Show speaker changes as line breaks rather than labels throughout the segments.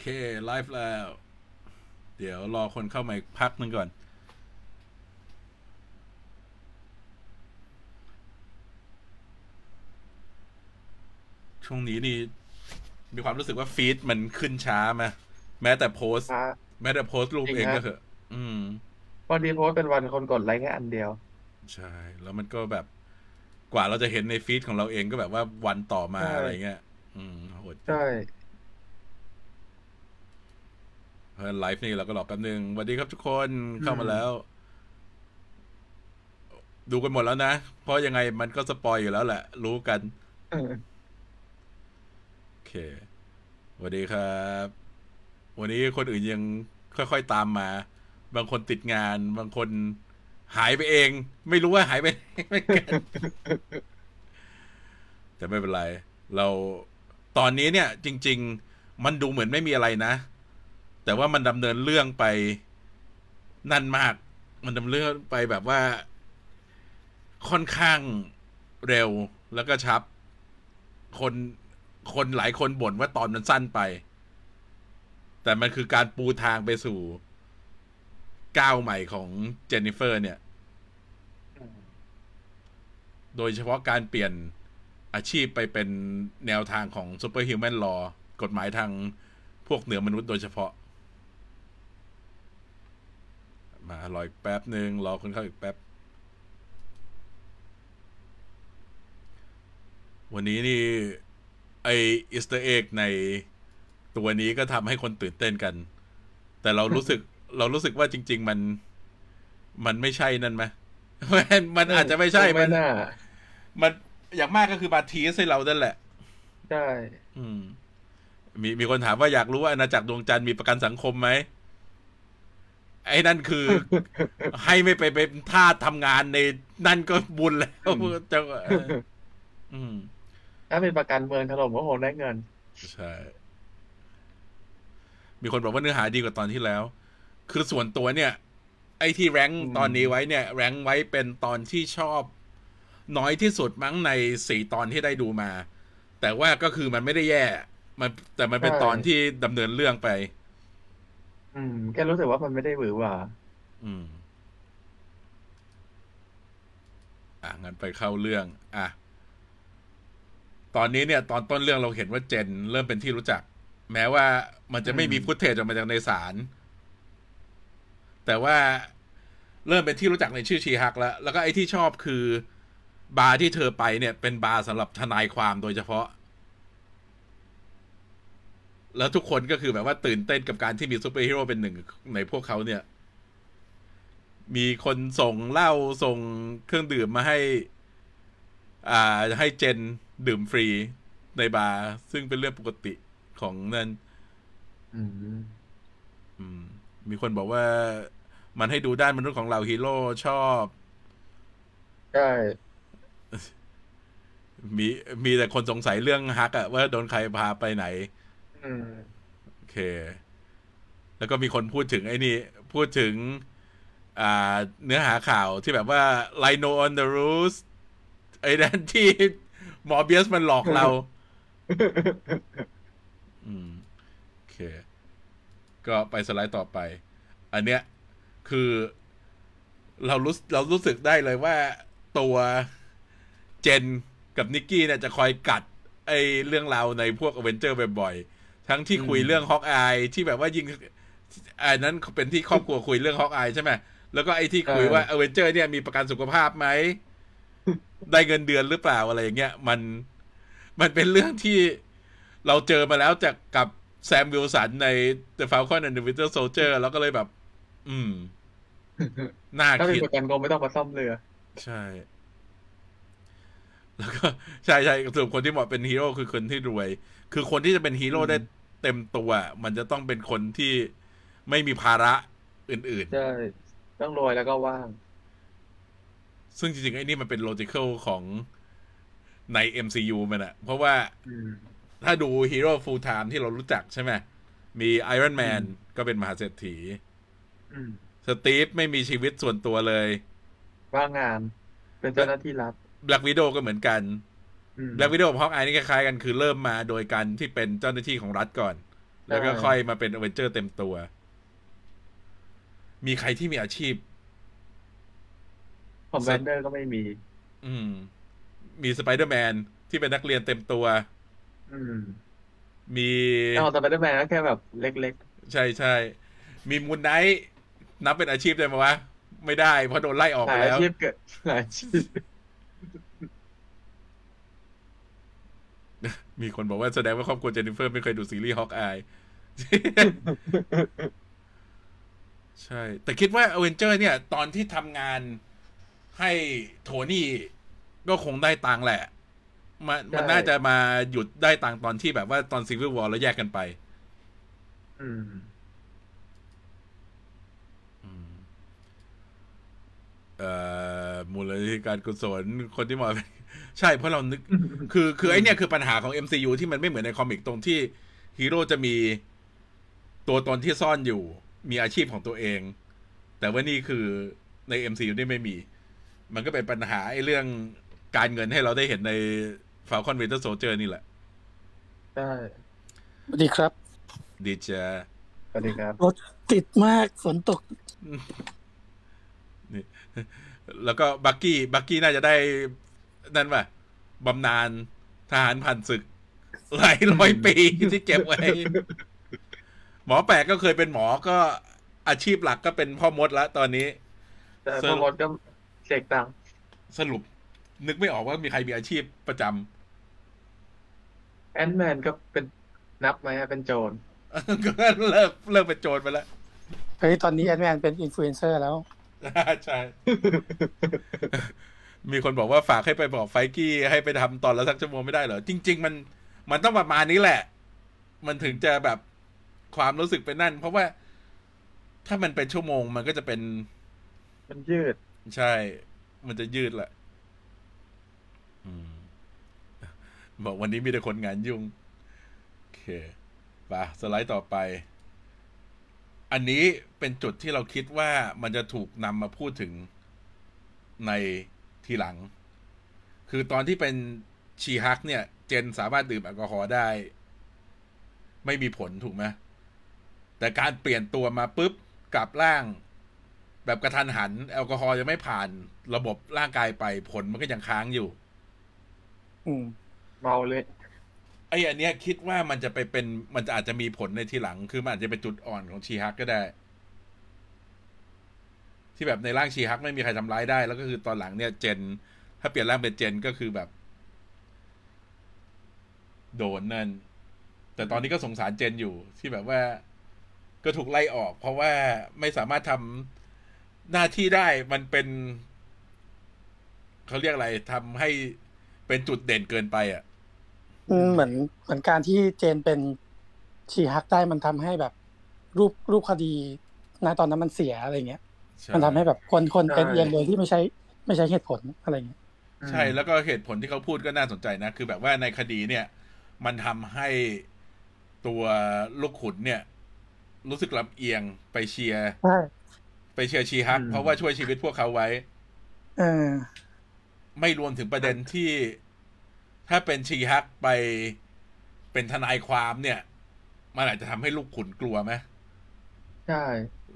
เคไลฟ์แล้ว เดี๋ยวรอคนเข้ามาอีกพักหนึ่งก่อน ช่วงนี้นี่ มีความรู้สึกว่าฟีดมันขึ้นช้ามาแม้แต่โพสต์
อ่ะ
แม้แต่โพสต์รูป
จริง
เอง
นะ
ก็เถอะอืม
วันนี้โพสต์เป็นวันคนกดไลค์แค่อันเดียว
ใช่ แล้วมันก็แบบกว่าเราจะเห็นในฟีดของเราเองก็แบบว่าวันต่อมา
ใช่
อะไรเงี้ย อืมโหดจัง
ใช่
เพราะฉะนั้นไลฟ์นี่เราก็รอแป๊บนึงสวัสดีครับทุกคนเข้ามาแล้ว ดูกันหมดแล้วนะ เพราะยังไงมันก็สปอยอยู่แล้วแหละ รู้กัน
เออ
โอเคสวัสดีครับ วันนี้คนอื่นยังค่อยๆตามมา บางคนติดงาน บางคนหายไปเอง ไม่รู้ว่าหายไปไหนเหมือนกัน แต่ไม่เป็นไร เราตอนนี้เนี่ย จริง ๆ มันดูเหมือนไม่มีอะไรนะ แต่ว่ามันดำเนินเรื่องไปนั่นมาก มันดำเนินเรื่องไปแบบว่า ค่อนข้างเร็วแล้วก็ชับ คนคนหลายคนบ่นว่าตอนมันสั้นไป แต่มันคือการปูทางไปสู่ก้าวใหม่ของเจนนิเฟอร์เนี่ย โดยเฉพาะการเปลี่ยนอาชีพไปเป็นแนวทางของซูเปอร์ฮิวแมนลอกฎหมายทางพวกเหนือมนุษย์โดยเฉพาะ มารออีกแป๊บหนึ่งรอคนเข้าอีกแป๊บ วันนี้นี่ ไออิสต์เอกในตัวนี้ก็ทำให้คนตื่นเต้นกัน แต่เรารู้สึก เรารู้สึกว่าจริง ๆ มัน มันไม่ใช่นั่นไหม มันมันอาจจะไม่ใช่
ไม่น่า
มันอย่างมากก็คือมาทีสให้เรานั่นแหละ
ใช่
อืม มีมีคนถามว่าอยากรู้ว่าอาณาจักรดวงจันทร์มีประกันสังคมไหม ไอ้นั่นคือ ให้ไม่ไปเป็นทาสทำงานในนั่นก็บุญแล้วเจ้าเอออืม
ถ้าเป็นประกันเมืองถล่มก็คงได้เงิน
ใช่ มีคนบอกว่าเนื้อหาดีกว่าตอนที่แล้ว คือส่วนตัวเนี่ย ไอ้ที่แรงค์
อืม
ตอนนี้ไว้เนี่ย แรงค์ไว้เป็นตอนที่ชอบ น้อยที่สุดมั้งในสี่ตอนที่ได้ดูมา แต่ว่าก็คือมันไม่ได้แย่ มันแต่มันเป็นตอนที่ดำเนินเรื่องไป
อืมแค่รู้สึกว่ามันไม่ได้หวือหวา
อืม อ่ะ งั้นไปเข้าเรื่อง อ่ะ ตอนนี้เนี่ย ตอนต้นเรื่องเราเห็นว่าเจนเริ่มเป็นที่รู้จัก แม้ว่ามันจะไม่มีพุทเทจออกมาจากในสาร แต่ว่าเริ่มเป็นที่รู้จักในชื่อชีฮักแล้ว แล้วก็ไอ้ที่ชอบคือ บาร์ที่เธอไปเนี่ย เป็นบาร์สำหรับทนายความโดยเฉพาะ แล้วทุกคนก็คือแบบว่าตื่นเต้นกับการที่มีซูเปอร์ฮีโร่เป็นหนึ่งในพวกเขาเนี่ย มีคนส่งเหล้าส่งเครื่องดื่มมาให้ อ่าให้เจนดื่มฟรีในบาร์ซึ่งเป็นเรื่องปกติของนั่น
อืม
อืมมีคนบอกว่ามันให้ดูด้านมนุษย์ของเราฮีโร่ชอบ
ใช่
มีมีแต่คนสงสัยเรื่องฮักอะว่าโดนใครพาไปไหน
อืม
โอเค แล้วก็มีคนพูดถึงไอ้นี่ พูดถึง อ่า เนื้อหาข่าวที่แบบว่า Lino on the roof ไอ้นั่นที่ หมอเบียสมันหลอกเรา อืม โอเค ก็ไปสไลด์ต่อไป อันเนี้ยคือเรารู้เรารู้สึกได้เลยว่าตัวเจนกับนิกกี้เนี่ยจะคอยกัด ไอเรื่องราวในพวกอเวนเจอร์บ่อยๆ ทั้งที่คุยเรื่องฮอกอายที่แบบว่ายิงอันนั้นเป็นที่ครอบครัวคุยเรื่องฮอกอายใช่ไหมแล้วก็ไอที่คุยว่าอเวนเจอร์เนี่ยมีประกันสุขภาพไหม ได้เงินเดือนหรือเปล่าอะไรอย่างเงี้ย มันมันเป็นเรื่องที่เราเจอมาแล้วจากกับแซมวิลสันใน The Falcon and the Winter Soldier แล้วก็เลยแบบ อื ม น่า
ถ้าเป็น
คิด
ประกันคงไม่ต้องมาซ่อมเรือ
ใช่ แล้วก็ ใช่ใช่สรุปคนที่เหมาะเป็นฮีโร่คือคนที่รวย คือคนที่จะเป็นฮีโร่
อืม
ได้เต็มตัว มันจะต้องเป็นคนที่ไม่มีภาระอื่น
ใช่ต้องรวยแล้วก็ว่าง
ๆ ซึ่งจริงๆ ไอ้นี่มันเป็นโลจิ c a l ของใน MCU มันอะเพราะว่า
อืม
ถ้าดูฮีโร่ฟูลไทม์ที่เรารู้จักใช่ไหม มีไอรอนแมน
อืม
ก็เป็นมหาเศรษฐี
อืม
สตีฟไม่มีชีวิตส่วนตัวเลย
ว่างงาน เป็นเจ้าหน้าที่รัฐ
แบล็กวิโดก็เหมือนกัน
อืม
แบล็กวิโดกับฮอกอายนี่คล้ายๆกันคือเริ่มมาโดยการที่เป็นเจ้าหน้าที่ของรัฐก่อน แล้วก็ค่อยมาเป็นอเวนเจอร์เต็มตัว มีใครที่มีอาชีพ
คอมแบนเดอร์ก็ไม่มี
อืม มีสไปเดอร์แมนที่เป็นนักเรียนเต็มตัว
อืม
มี
เอาแต่ไปได้แมนก็แค่แบบเล็ก
ใช่ใช่มีมูนไนท์นับเป็นอาชีพได้ไหมวะ ไม่ได้เพราะโดนไล่ออก
ๆหลา
ไป
ยอา
แล้ว
ชีพเกิดหลายอาชีพ
มีคนบอกว่าแสดงว่าครอบครัวเจนนิเฟอร์ไม่เคยดูซีรีส์ฮอกอาย ใช่ แต่คิดว่าอเวนเจอร์เนี่ย ตอนที่ทำงานให้โทนี่ก็คงได้ตังค์แหละ มันมันน่าจะมาหยุดได้ตังค์ตอนที่แบบว่าตอนซีวิลวอลแล้วแยกกันไป
อืม
เอ่อมูลนิธิการกุศลคนที่มาเป็น ใช่เพราะเรานึก คือคือไอเนี่ยคือปัญหาของ MCU ที่มันไม่เหมือนในคอมิกตรงที่ฮีโร่จะมีตัวตนที่ซ่อนอยู่ มีอาชีพของตัวเอง แต่ว่านี่คือใน MCU นี่ไม่มี มันก็เป็นปัญหาไอ้เรื่องการเงินให้เราได้เห็นใน Falcon Winter Soldier นี่แหละ
ได้
สวัสดีครับ
ดีเจ
สวัสดีครับ
รถติดมากฝนตก
แล้วก็บักกี้บักกี้น่าจะได้นั่นป่ะบำนาญทหารผ่านศึก หลายร้อยปี ที่เก็บไว้ หมอแปลกก็เคยเป็นหมอก็อาชีพหลักก็เป็นพ่อมดละตอนนี้
แต่
ส
พ
รุ
อ
ป
รถก็เสกตังค์
สรุป นึกไม่ออกว่ามีใครมีอาชีพประจ
แอนแมนก็เป็นนับไหมอะเป็นโจร
ำ ก็เลิกเลิกเป็นโจรไปแล้ว
เฮ้ยตอนนี้แอนแมนเป็นอินฟลูเอนเซอร์แล้ว
ใช่ มีคนบอกว่าฝากให้ไปบอกไฟกี้ให้ไปทำตอนละสักชั่วโมงไม่ได้เหรอ จริง ๆ มันมันต้องประมาณนี้แหละ มันถึงจะแบบความรู้สึกเป็นนั่น เพราะว่าถ้ามันเป็นชั่วโมงมันก็จะเป็น
มันยืด
ใช่ มันจะยืดแหละอืมบอกวันนี้มีแต่คนงานยุ่ง โอเคไปสไลด์ต่อไป อันนี้เป็นจุดที่เราคิดว่ามันจะถูกนำมาพูดถึงในทีหลัง คือตอนที่เป็นชีฮักเนี่ย เจนสามารถดื่มแอลกอฮอล์ได้ ไม่มีผลถูกไหมแต่การเปลี่ยนตัวมาปุ๊บกลับร่าง แบบกระทันหัน แอลกอฮอล์ยังไม่ผ่านระบบร่างกายไปผลมันก็ยังค้างอยู่
อืม
เมาเลย
ไอ้อันเนี้ยคิดว่ามันจะไปเป็นมันจะอาจจะมีผลในทีหลัง คือมันอาจจะเป็นจุดอ่อนของชีฮักก็ได้ ที่แบบในร่างชีฮักไม่มีใครทำร้ายได้ แล้วก็คือตอนหลังเนี่ยเจน ถ้าเปลี่ยนร่างเป็นเจนก็คือแบบ โดนนั่น แต่ตอนนี้ก็สงสารเจนอยู่ ที่แบบว่าก็ถูกไล่ออก เพราะว่าไม่สามารถทำหน้าที่ได้มันเป็นเขาเรียกอะไรทำให้เป็นจุดเด่นเกินไปอ่ะ
อืมเหมือนเหมือนการที่เจนเป็นชีฮักได้มันทำให้แบบ รูปรูปคดีณตอนนั้นมันเสียอะไรเงี้ย มันทำให้แบบคนคนเป็นเอียงโดยที่ไม่ใช่ไม่ใช่เหตุผลอะไรเงี้ย
ใช่แล้วก็เหตุผลที่เขาพูดก็น่าสนใจนะ คือแบบว่าในคดีเนี่ย มันทำให้ตัวลูกขุนเนี่ย รู้สึกลำเอียงไปเชียร์
ใช่
ไปเชียร์ชีฮัก เพราะว่าช่วยชีวิตพวกเขาไว้
เออ
ไม่รวมถึงประเด็นที่ถ้าเป็นชีฮักไปเป็นทนายความเนี่ย มันอาจจะทำให้ลูกขุนกลัวไหม
ใช่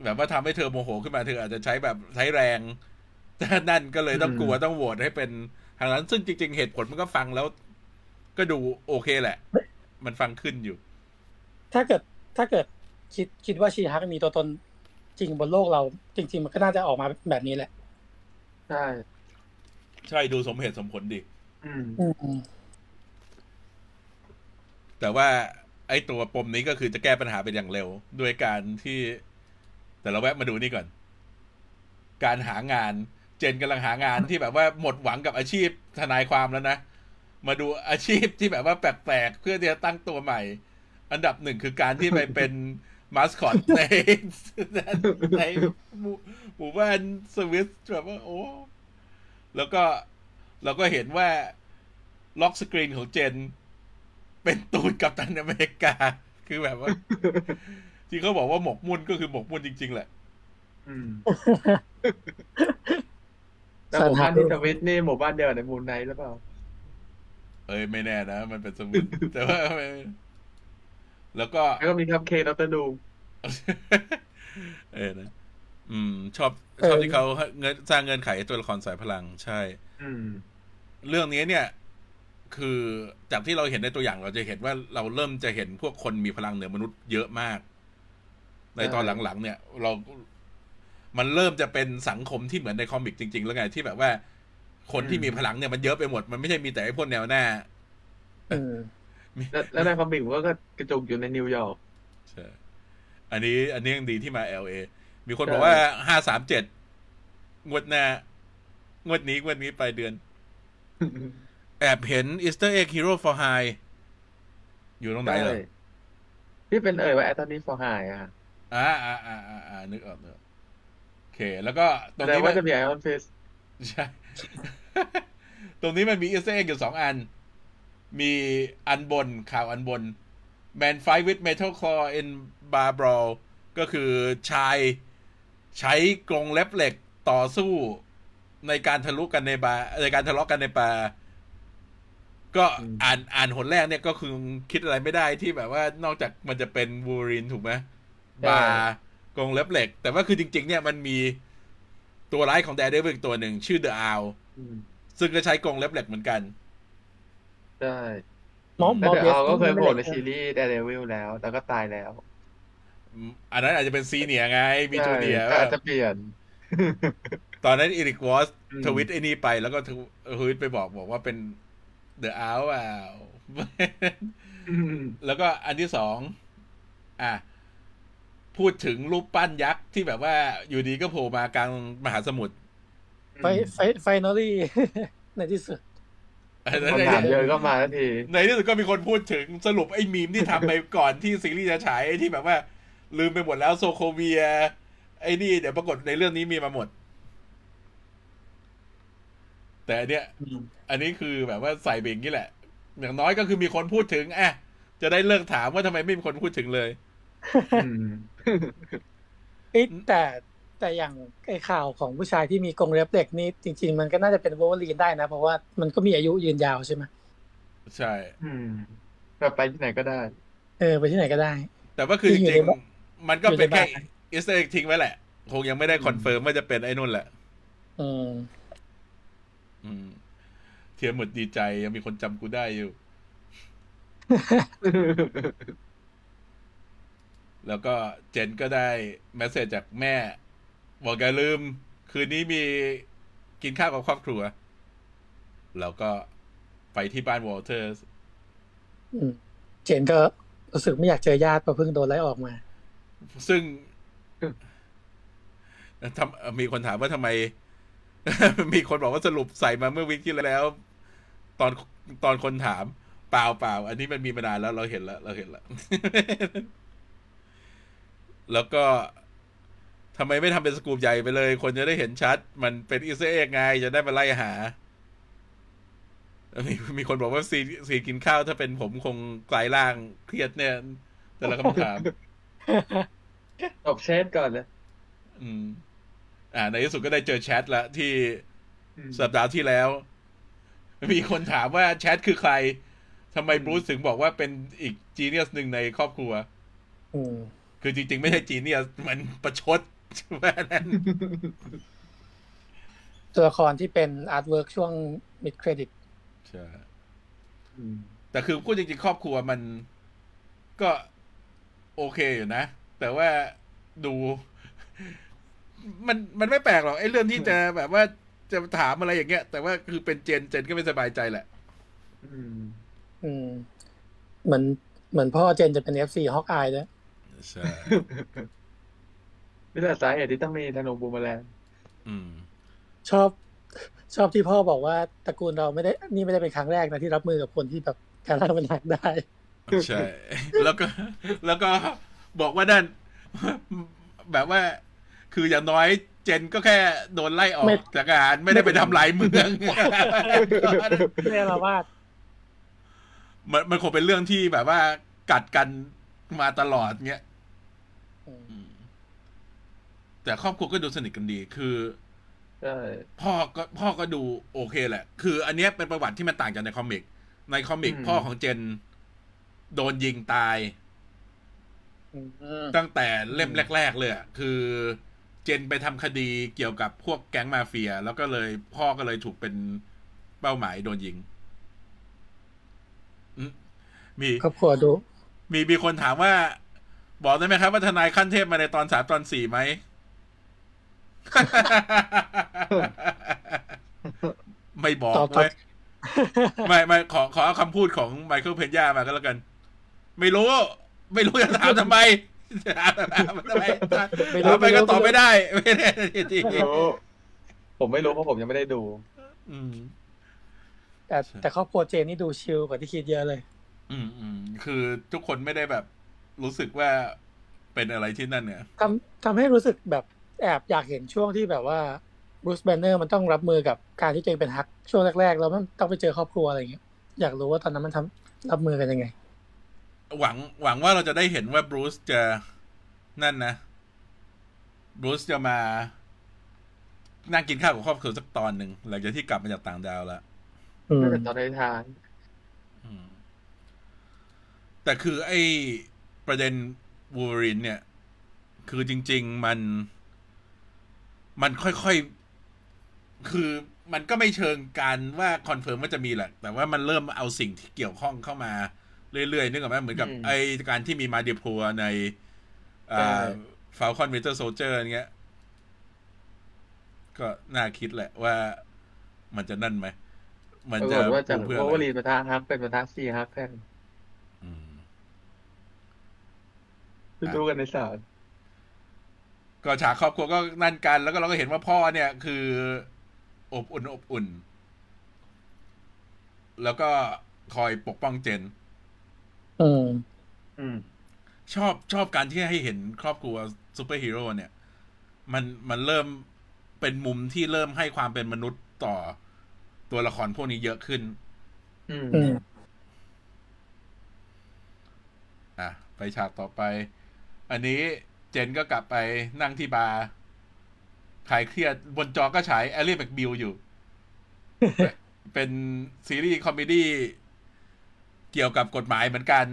แบบว่าทำให้เธอโมโหขึ้นมาเธออาจจะใช้แบบใช้แรง แต่นั่นก็เลยต้องกลัวต้องโหวตให้เป็นทางนั้นซึ่งจริง ๆ เหตุผลมันก็ฟังแล้ว ก็ดูโอเคแหละ มันฟังขึ้นอยู่
ถ้าเกิดถ้าเกิดคิดคิดว่าชีฮักมีตัวตนจริงบนโลกเรา จริง ๆ มันก็น่าจะออกมาแบบนี้แหละ
ใช่
ใช่ดูสมเหตุสมผลดี
อืม
อืม
แต่ว่าไอ้ตัวปมนี้ก็คือจะแก้ปัญหาเป็นอย่างเร็ว ด้วยการที่ แต่เราแวะมาดูนี่ก่อน การหางาน เจนกำลังหางานที่แบบว่าหมดหวังกับอาชีพทนายความแล้วนะ มาดูอาชีพที่แบบว่าแปลกๆ เพื่อที่จะตั้งตัวใหม่ อันดับหนึ่งคือการที่ไปเป็นมาสคอตใน ในหมู่หมู่บ้านสวิสแบบว่าโอ้ แล้วก็เราก็เห็นว่าล็อกสกรีนของเจน เป็นตูดกับตันอเมริกา คือแบบว่า ที่เขาบอกว่าหมกมุ่นก็คือหมกมุ่นจริง ๆ แหละ
อืมแต่หมู่บ้านที่สวิตนี่หมู่บ้านเดียวกับในมูนไนท์หรือเปล่า
เอ้ยไม่แน่นะ มันเป็นสมุน แต่ว่า แล้วก็
แล้วก็มีครับเคดรดูม
เออนะ อืม ชอบชอบที่เขาให้เงินสร้างเงื่อนไขให้ตัวละครสายพลัง ใช่
อืม
เรื่องนี้เนี่ย คือจากที่เราเห็นในตัวอย่างเราจะเห็นว่าเราเริ่มจะเห็นพวกคนมีพลังเหนือมนุษย์เยอะมาก ในตอนหลังๆเนี่ย เรา มันเริ่มจะเป็นสังคมที่เหมือนในคอมิกจริง ๆ แล้วไงที่แบบว่า คนที่มีพลังเนี่ยมันเยอะไปหมด มันไม่ใช่มีแต่ไอ้พวกแนวหน้า
อืม
แล้วแล้วในคอมิกมันก็กระจุกอยู่ในนิวยอร์ก
ใช่ อันนี้อันนี้ยังดีที่มา LA มีคน
ใช่
บอกว่าห้าสามเจ็ดงวดหน้างวดนี้งวดนี้ปลายเดือน แอบเห็น Easter Egg Hero for High อยู่ตรงไหนเหรอ
ที่เป็นเอ่ยว่าแอตตานีฟอร์ไฮอ่ะ
อ่าอ่าอ่าอ่าอ่านึกออกเนอะโอเค แล้วก็ตรง
แต่
นี้มั
ว่าน จะมีไอออนฟิส
ใช่ ตรงนี้มันมี Easter Egg อยู่สองอัน มีอันบนข่าวอันบน Man Fight with Metal Claw in Bar Brawl ก็คือชายใช้กรงเล็บเหล็กต่อสู้ในการทะลุกันในบาร์ในการทะเลาะกันในปาร์ก็อ่านอ่านหนแรกเนี่ยก็คือคิดอะไรไม่ได้ที่แบบว่านอกจากมันจะเป็นวูรินถูกไหมบาร์กรงเล็บเหล็ก แต่ว่าคือจริง ๆ เนี่ยมันมีตัวร้ายของแดร์เดวิลอีกตัวหนึ่งชื่อเดอะอาวซึ่งก็ใช้กรงเล็บเหล็กเหมือนกัน
ใช่
หมอหม
แล้ว
อ
เดี๋ยว
เบส
เอาก็เคยโผล่ใน
ไม่ได้
ซีรีส์เดเดวิลแล้ว แล้วก็ตายแล้ว
อืมอันนั้นอาจจะเป็นซีเนียร์ไงมีจูเนียร์
ใช่อาจจะเปลี่ยน
ตอนนั้นอีริกวอส
อืม
ทวิตไอ้นี่ไปแล้วก็ทวทวิตไปบอกบอกว่าเป็นเดอะ อาว่า แล้วก็อันที่สอง อ่ะ พูดถึงรูปปั้นยักษ์ที่แบบว่าอยู่ดีก็โผล่มากลางมหาสมุทร
ไฟไฟไฟนอลี่ ในที่สุด
อันนั้น
คำ
ใน
ถามเยอะก็มาทันที
ในที่สุดก็มีคนพูดถึงสรุปไอ้มีมที่ทำไปก่อนที่ซีรีส์จะฉายไอ้ที่แบบว่า ลืมไปหมดแล้วโซโคเวีย ไอ้นี่เดี๋ยวปรากฏในเรื่องนี้มีมาหมด แต่อันเนี้ย อันนี้คือแบบว่าใส่เบงนี่แหละ อย่างน้อยก็คือมีคนพูดถึงอ่ะจะได้เลิกถามว่าทำไมไม่มีคนพูดถึงเลย
เอ้ยแต่แต่อย่างไอข่าวของผู้ชายที่มีกรงเล็บเหล็กนี่จริง ๆ มันก็น่าจะเป็นวอลลีนได้นะ เพราะว่ามันก็มีอายุยืนยาวใช่ไหม
ใช่
อืมแบบไปที่ไหนก็ได้
เออไปที่ไหนก็ได้
แต่ว่าคือจ
ที่อยู่
ริง
ในบ้าน
ๆ มันก็เป็นแค่
อยู่ในบ้าน
อิสเตอร์ทิ้งไว้แหละ คงยังไม่ได้คอนเฟิร์มว่าจะเป็นไอ้นุ่นแหละ
อืม
อืม เทียมหมดดีใจยังมีคนจำกูได้อยู่ แล้วก็เจนก็ได้แมสเซจจากแม่ บอกอย่าลืม คืนนี้มีกินข้าวกับครอบครัว แล้วก็ไปที่บ้านวอลเทอร์
อืมเจนก็รู้สึกไม่อยากเจอญาติเพราะเพิ่งโดนไล่ออกมา
ซึ่งทำเอ่อมีคนถามว่าทำไม มีคนบอกว่าสรุปใส่มาเมื่อวิกที่แล้ว ตอนตอนคนถาม เปล่าเปล่าอันนี้มันมีมานานแล้วเราเห็นแล้ว เราเห็นแล้ว แล้วก็ทำไมไม่ทำเป็นสกูปใหญ่ไปเลย คนจะได้เห็นชัด มันเป็นอีเซเอกไง จะได้มาไล่หา มีมีคนบอกว่าซีซีกินข้าวถ้าเป็นผมคงกลายร่างเครียดเนี่ย แต่ละคำถาม
ตบเชฟก่อนเลย
อืม อ่า ในที่สุดก็ได้เจอแชทละที่
อืม
สัปดาห์ที่แล้ว มีคนถามว่าแชทคือใครทำไมบรูซถึงบอกว่าเป็นอีกจีเนียสหนึ่งในครอบครัว
อืม
คือจริง ๆ ไม่ใช่จีเนียส มันประชดว่านั้น
ตัวละครที่เป็นอาร์ตเวิร์กช่วงมิดเครดิต
ใช่
อืม
แต่คือพูดจริง ๆ ครอบครัวมันก็โอเคอยู่นะ แต่ว่าดู มันมันไม่แปลกหรอกไอ้เรื่องที่จะแบบว่าจะถามอะไรอย่างเงี้ย แต่ว่าคือเป็นเจนเจนก็ไม่สบายใจแหละ
อืม
อืมเหมือนเหมือนพ่อเจนจะเป็นเอฟซีฮอกอายด้วย
ใช่
นี่แหละสาเหตุที่ต้องมีธนูบูมแมลง
อืม
ชอบ ชอบที่พ่อบอกว่าตระกูลเราไม่ได้นี่ไม่ได้เป็นครั้งแรกนะที่รับมือกับคนที่แบบการร่างเป็นหลักได้
ใช่ แล้วก็แล้วก็บอกว่านั่น แบบว่า คืออย่างน้อยเจนก็แค่โดนไล่ออก
ไม่
จากงานไม่ได้ไปทำลายเมือง
ไม่ได้ละวาด
มันมันคงเป็นเรื่องที่แบบว่ากัดกันมาตลอดเงี้ย แต่ครอบครัวก็ดูสนิทกันดี คือ
ใช่
พ่อก็พ่อก็ดูโอเคแหละ คือ อันเนี้ยเป็นประวัติที่มันต่างจากในคอมิก ในคอมิกพ่อของเจน โดนยิงตาย ตั้งแต่เล่มแรก ๆ เลยอะคือ เจนไปทำคดีเกี่ยวกับพวกแก๊งมาเฟีย แล้วก็เลยพ่อก็เลยถูกเป็นเป้าหมายโดนยิงอืมมี
ครอบครัวดู
มีมีคนถามว่า บอกได้ไหมครับว่าทนายขั้นเทพมาในตอนสามตอนสี่ไหม ไม่บอก
ตอบตอบ
ไม่ไม่ไม่ขอขอเอาคำพูดของไมเคิลเพนยามาก็แล้วกัน ไม่รู้ ไม่รู้จะถามทำไมถามถามทำไมถามไปก็ตอบไม่ได้ไม่ได้จริง
ไม่รู้ผมไม่รู้เพราะผมยังไม่ได้ดู
อืม
แต่แต่ครอบครัวเจนนี่ดูชิลกว่าที่คิดเยอะเลย
อืมอืมคือทุกคนไม่ได้แบบ รู้สึกว่าเป็นอะไรที่นั่นเนี่ย
ทำทำให้รู้สึกแบบแอบอยากเห็นช่วงที่แบบว่าบรูซแบนเนอร์มันต้องรับมือกับการที่ตัวเองเป็นฮักช่วงแรกๆแล้วมันต้องไปเจอครอบครัวอะไรอย่างเงี้ยอยากรู้ว่าตอนนั้นมันทำรับมือกันยังไง
หวังหวังว่าเราจะได้เห็นว่าบรูซจะนั่นนะบรูซจะมานั่งกินข้าวกับครอบครัวสักตอนหนึ่งหลังจากที่กลับมาจากต่างดาวแล้ว
อืม
ไม่เป็นตอนในทาน
อืม แต่คือไอ้ประเด็นวูริน เนี่ย คือจริง ๆ มัน มันค่อยๆ คือมันก็ไม่เชิงการว่าคอนเฟิร์มว่าจะมีแหละ แต่ว่ามันเริ่มเอาสิ่งที่เกี่ยวข้องเข้ามาเรื่อยๆนึกออกไหมเหมือนกับไอ้การที่มีมาเดียพัวในฟาวคอนเวเตอร์โซเจอร์เงี้ย ก็น่าคิดแหละว่ามันจะนั่นไหม
ป
มัน
ราก
จะ
ฏว่าจาก
ปูเพื่อ
โอ
อะ
เวอร์
ไร
ลีนมาท้าฮักเป็นมาท้าซีฮักแทน
อืม
ไปดูกันในศาล
ก็ฉากครอบครัวก็นั่นกัน แล้วก็เราก็เห็นว่าพ่อเนี่ย คืออบอุ่นอบอุ่น แล้วก็คอยปกป้องเจน
อืม
อืม
ชอบชอบการที่ให้เห็นครอบครัวซูเปอร์ฮีโร่เนี่ย มันมันเริ่มเป็นมุมที่เริ่มให้ความเป็นมนุษย์ต่อตัวละครพวกนี้เยอะขึ้น
อืม
อืม
อ่ะ ไปฉากต่อไป อันนี้เจนก็กลับไปนั่งที่บาร์ขายเครียดบนจอก็ฉายแอลลี่แบ็กบิลอยู่ เป็นเป็นซีรีส์คอมเมดี้เกี่ยวกับกฎหมายเหมือนกัน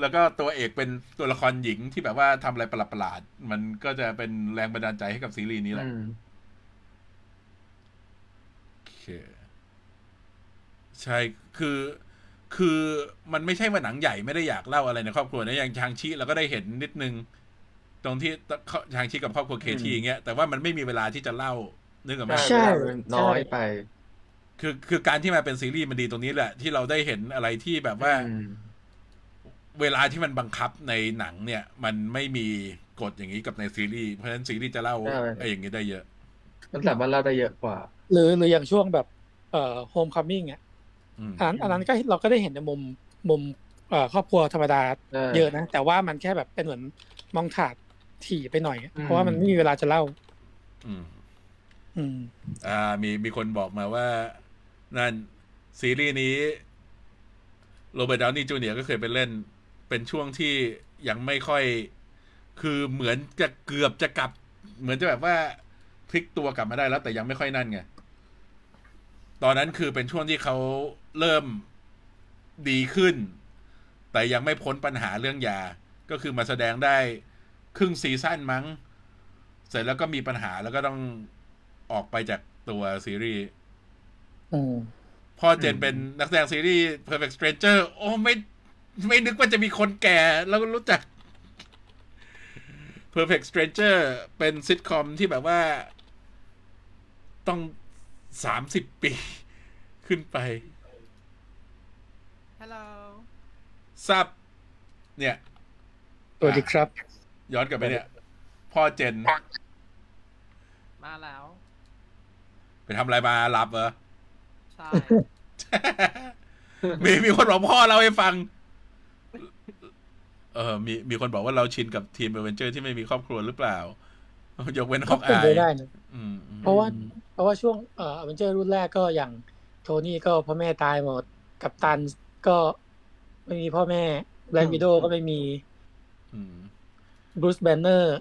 แล้วก็ตัวเอกเป็นตัวละครหญิงที่แบบว่าทำอะไรประหลาดๆมันก็จะเป็นแรงบันดาลใจให้กับซีรีส์นี้แหละ
อืม
โอเคใช่คือคือมันไม่ใช่ว่าหนังใหญ่ไม่ได้อยากเล่าอะไรในครอบครัวนะอย่างชางชีเราก็ได้เห็นนิดนึง ตรงที่ชางชีกับครอบครัวเคที
อืม
อย่างเงี้ยแต่ว่ามันไม่มีเวลาที่จะเล่านึกออกไหม
ใช่เวลามันน้อยไป
คือคือการที่มาเป็นซีรีส์มันดีตรงนี้แหละ ที่เราได้เห็นอะไรที่แบบว่า
อืม
เวลาที่มันบังคับในหนังเนี่ย มันไม่มีกฎอย่างนี้กับในซีรีส์เพราะฉะนั้นซีรีส์จะเล่า
ใช่
ไอ้อย่างนี้ได้เยอะ
มันสามารถเล่าได้เยอะกว่า
หรือหรืออย่างช่วงแบบเอ่อโฮมคัมมิ่งอ่ะ
อืม
อันนั้นอันนั้นก็เราก็ได้เห็นในมุมมุมเอ่อครอบครัวธรรมดา
เออ
เยอะนะแต่ว่ามันแค่แบบเป็นเหมือนมองขาดถี่ไปหน่อยอะเพราะว่ามันไม่มีเวลาจะเล่า
อืม
อืม
อ่ามีมีคนบอกมาว่า นั่น ซีรีส์นี้โรเบิร์ตดาวนี่จูเนียก็เคยไปเล่น เป็นช่วงที่ยังไม่ค่อย คือเหมือนจะเกือบจะกลับ เหมือนจะแบบว่าพลิกตัวกลับมาได้แล้วแต่ยังไม่ค่อยนั่นไง ตอนนั้นคือเป็นช่วงที่เขาเริ่มดีขึ้น แต่ยังไม่พ้นปัญหาเรื่องยา ก็คือมาแสดงได้ครึ่งซีซั่นมั้ง เสร็จแล้วก็มีปัญหาแล้วก็ต้องออกไปจากตัวซีรีส์
อืม
พ่อเจน
อืม
เป็นนักแสดงซีรีส์ Perfect Stranger โอ้ไม่ไม่นึกว่าจะมีคนแก่แล้วรู้จัก Perfect Stranger เป็นซิทคอมที่แบบว่า ต้องสามสิบปี ขึ้นไป
Hello
ซับเนี่ย
สวัสดีครับ
ย้อนกลับไปเนี่ย พ่อเจน
มาแล้ว
ไปทำอะไรมาหลับ เหรอ
ใช่
มีมีคนบอกพ่อเราให้ฟัง เออ มีมีคนบอกว่าเราชินกับทีมเอเวนเจอร์ที่ไม่มีครอบครัวหรือเปล่า ยกเว้นฮ
ก็
อก
เป็น
อาย
ไปได้นะ
อืมอืม
เพราะว่า เพราะว่าช่วงเอ่อเวนเจอร์รุ่นแรกก็อย่างโทนี่ก็พ่อแม่ตายหมด กับตันก็ไม่มีพ่อแม่แบล็ก
อืม
วิโดก็ไม่มี
อืม
บรูซแบนเนอร์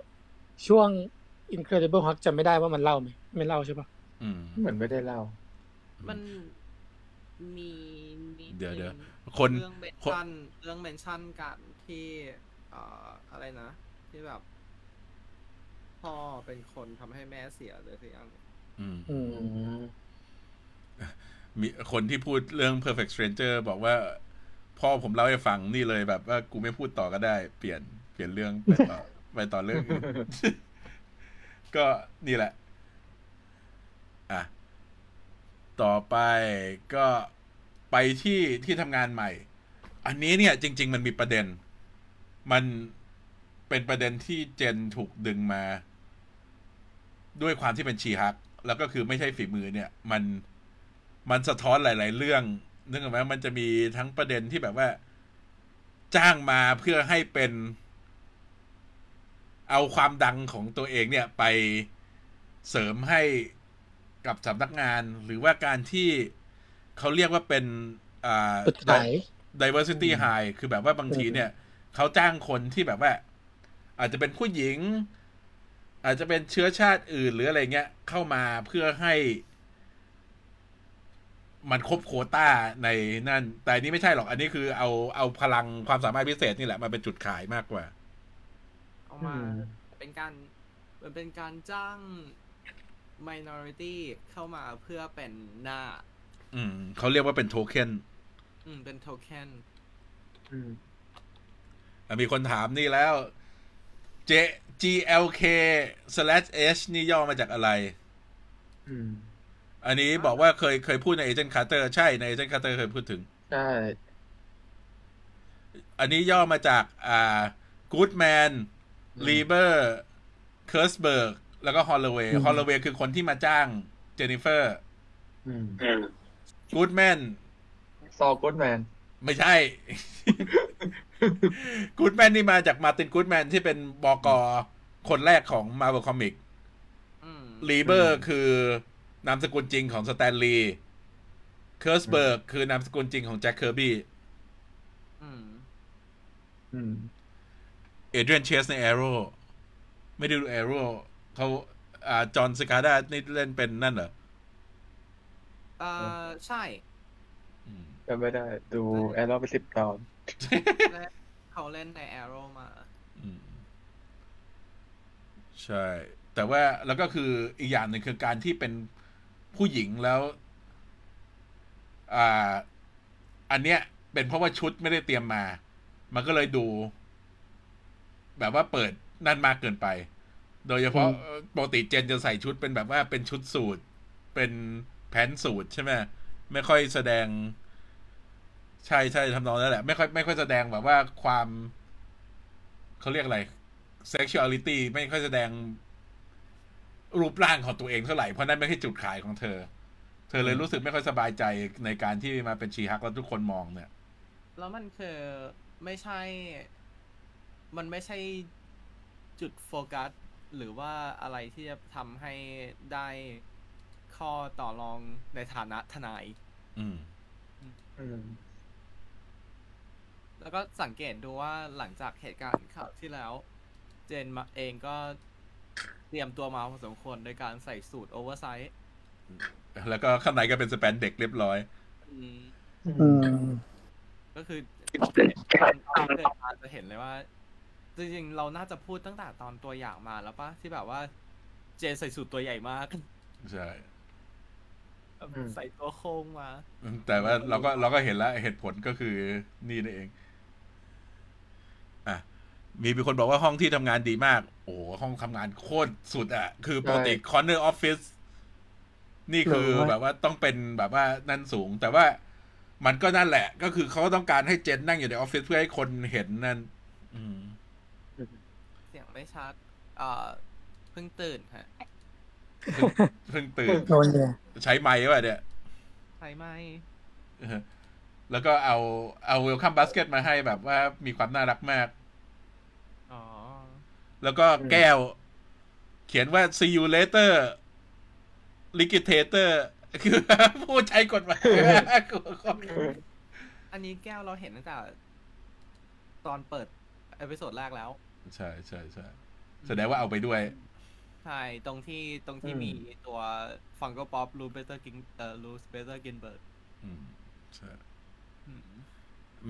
ช่วง Incredible Hulk จำไม่ได้ว่ามันเล่าไหมไม่เล่าใช่ปะ
อืม
เหมือนไม่ได้เล่า
มันมีนิด
เดี๋ยว
นึง
เดี๋ยวคน
เรื่องเมน
คน
ชั่นเรื่องเมนชั่นกันที่ เอ่ออะไรนะ ที่แบบ พ่อเป็นคนทำให้แม่เสียเลยสิอัง
อืม
อืม
มีคนที่พูดเรื่อง perfect stranger บอกว่า พ่อผมเล่าให้ฟังนี่เลยแบบว่ากูไม่พูดต่อก็ได้ เปลี่ยนเปลี่ยนเรื่องไปต่อ ไปต่อเรื่องอื่น ก็นี่แหละ อ่ะ ต่อไปก็ไปที่ที่ทำงานใหม่ อันนี้เนี่ย จริง ๆ มันมีประเด็น มันเป็นประเด็นที่เจนถูกดึงมา ด้วยความที่เป็นชีฮัก แล้วก็คือไม่ใช่ฝีมือเนี่ย มันมันสะท้อนหลาย ๆ เรื่องนึกออกไหมมันจะมีทั้งประเด็นที่แบบว่า จ้างมาเพื่อให้เป็น เอาความดังของตัวเองเนี่ยไปเสริมให้กับสำนักงาน หรือว่าการที่เขาเรียกว่าเป็นอ่า
จุดขาย
diversity
อืม
high คือแบบว่าบางทีเนี่ย เขาจ้างคนที่แบบว่า อาจจะเป็นผู้หญิง อาจจะเป็นเชื้อชาติอื่นหรืออะไรเงี้ย เข้ามาเพื่อให้ มันครบโควต้าในนั่น แต่อันนี้ไม่ใช่หรอก อันนี้คือเอาเอาพลังความสามารถพิเศษนี่แหละมาเป็นจุดขายมากกว่า
เอามา
อืม
เป็นการมันเป็นการจ้าง minority เข้ามาเพื่อเป็นหน้า
อืมเขาเรียกว่าเป็นโทเค็น
อืม เป็นโทเค็น
อืม
อ่ะมีคนถามนี่แล้ว J GLK slash H นี่ย่อมาจากอะไร
อืม
อันนี้บอกว่าเคยเคยพูดใน Agent Carter ใช่ใน Agent Carter เคยพูดถึง
ใช่
อันนี้ย่อมาจากอ่า Goodman l i b e r k e r s b e r g แล้วก็ Holloway
อืม
Holloway คือคนที่มาจ้าง Jennifer
อืม
Goodman
ซอลกูดแมน
ไม่ใช่ Goodman นี่มาจาก Martin Goodman ที่เป็นบอกอคนแรกของ Marvel Comics
อืม
ลีเบอร์
อืม
คือนามสกุลจริงของสแตนลีย์เคิร์สเบิร์กคือนามสกุลจริงของแจ็คเคอร์บี้
อืม
อืม
เอเดรียนเชสในแอโร่ไม่ได้ดูแอโร่เขาอ่าจอห์นสกาดานี่เล่นเป็นนั่นเหรอ
เอ่อ ใช่
อืม
จำไม่ได้ดูแอร์ล็อกไปสิบตอน
และเขาเล่นใน Arrow มา
อืมใช่ แต่ว่าแล้วก็คืออีกอย่างหนึ่งคือการที่เป็นผู้หญิงแล้ว อ่า อันเนี้ย เป็นเพราะว่าชุดไม่ได้เตรียมมา มันก็เลยดู แบบว่าเปิดนั่นมากเกินไป โดยเฉพาะ
อืม
เอ่อปกติเจนจะใส่ชุดเป็นแบบว่าเป็นชุดสูทเป็นแผนสูทใช่ไหมไม่ค่อยแสดง ใช่ใช่ทำนองนั้นแหละ ไม่ค่อยไม่ค่อยแสดงแบบว่าความ เขาเรียกอะไร sexuality ไม่ค่อยแสดงรูปร่างของตัวเองเท่าไหร่ เพราะนั่นไม่ใช่จุดขายของเธอ เธอเลยรู้สึกไม่ค่อยสบายใจในการที่มาเป็นชีฮักแล้วทุกคนมองเนี่ย
แล้วมันคือไม่ใช่ มันไม่ใช่จุดโฟกัส หรือว่าอะไรที่จะทำให้ได้ข้อต่อรองในฐานะทนาย
อืม
อืม
แล้วก็สังเกตดูว่าหลังจากเหตุการณ์ข่าวที่แล้ว เจนมาเองก็เตรียมตัวมาพอสมควรโดยการใส่สูตรโอเวอร์ไซส์
แล้วก็ข้างในก็เป็นสแปนเด็กเรียบร้อย
อืม
อืม
ก็คือตอนเดินมาจะเห็นเลยว่า จริงๆ เราน่าจะพูดตั้งแต่ตอนตัวอย่างมาแล้วปะที่แบบว่า เจนใส่สูตรตัวใหญ่มาก
ใช่
อืม
ใส่ตัวโค้งมา
แต่ว่าเราก็เราก็เห็นแล้วเหตุผลก็คือนี่นั่นเอง อ่ะ มีมีคนบอกว่าห้องที่ทำงานดีมาก โอ้โหห้องทำงานโคตรสุดอ่ะ คือปกติ
ใช่
corner office นี่คือ
หรือว่า
แบบว่าต้องเป็นแบบว่านั่นสูง แต่ว่ามันก็นั่นแหละ ก็คือเขาก็ต้องการให้เจนนั่งอยู่ในออฟฟิศเพื่อให้คนเห็นนั่น อืม
เสียงไม่ชัดเอ่อเพิ่งตื่นฮะ
เพิ่งตื่น
โดนเลย
ใช้ไม้ว่ะเนี่ย
ใครไหม
เออแล้วก็เอาเอาเวลคัมบ s สเกตมาให้แบบว่ามีความน่ารักมาก
อ๋อ
แล้วก็แก้ว เขียนว่า see you later liquidator คือ ผู้ใช้กฎหมาย
อันนี้แก้วเราเห็นตั้งแต่ตอนเปิดเอพิโซดแรกแล้ว
ใช่ใช่ใช่แสดงว่าเอาไปด้วย
ใช่ ตรงที่ตรงที่
อืม
มีตัวฟังก็ป๊อปรูเบเตอร์กิงเอ่อรูเบเตอร์กินเบิร์ด
อืมใช่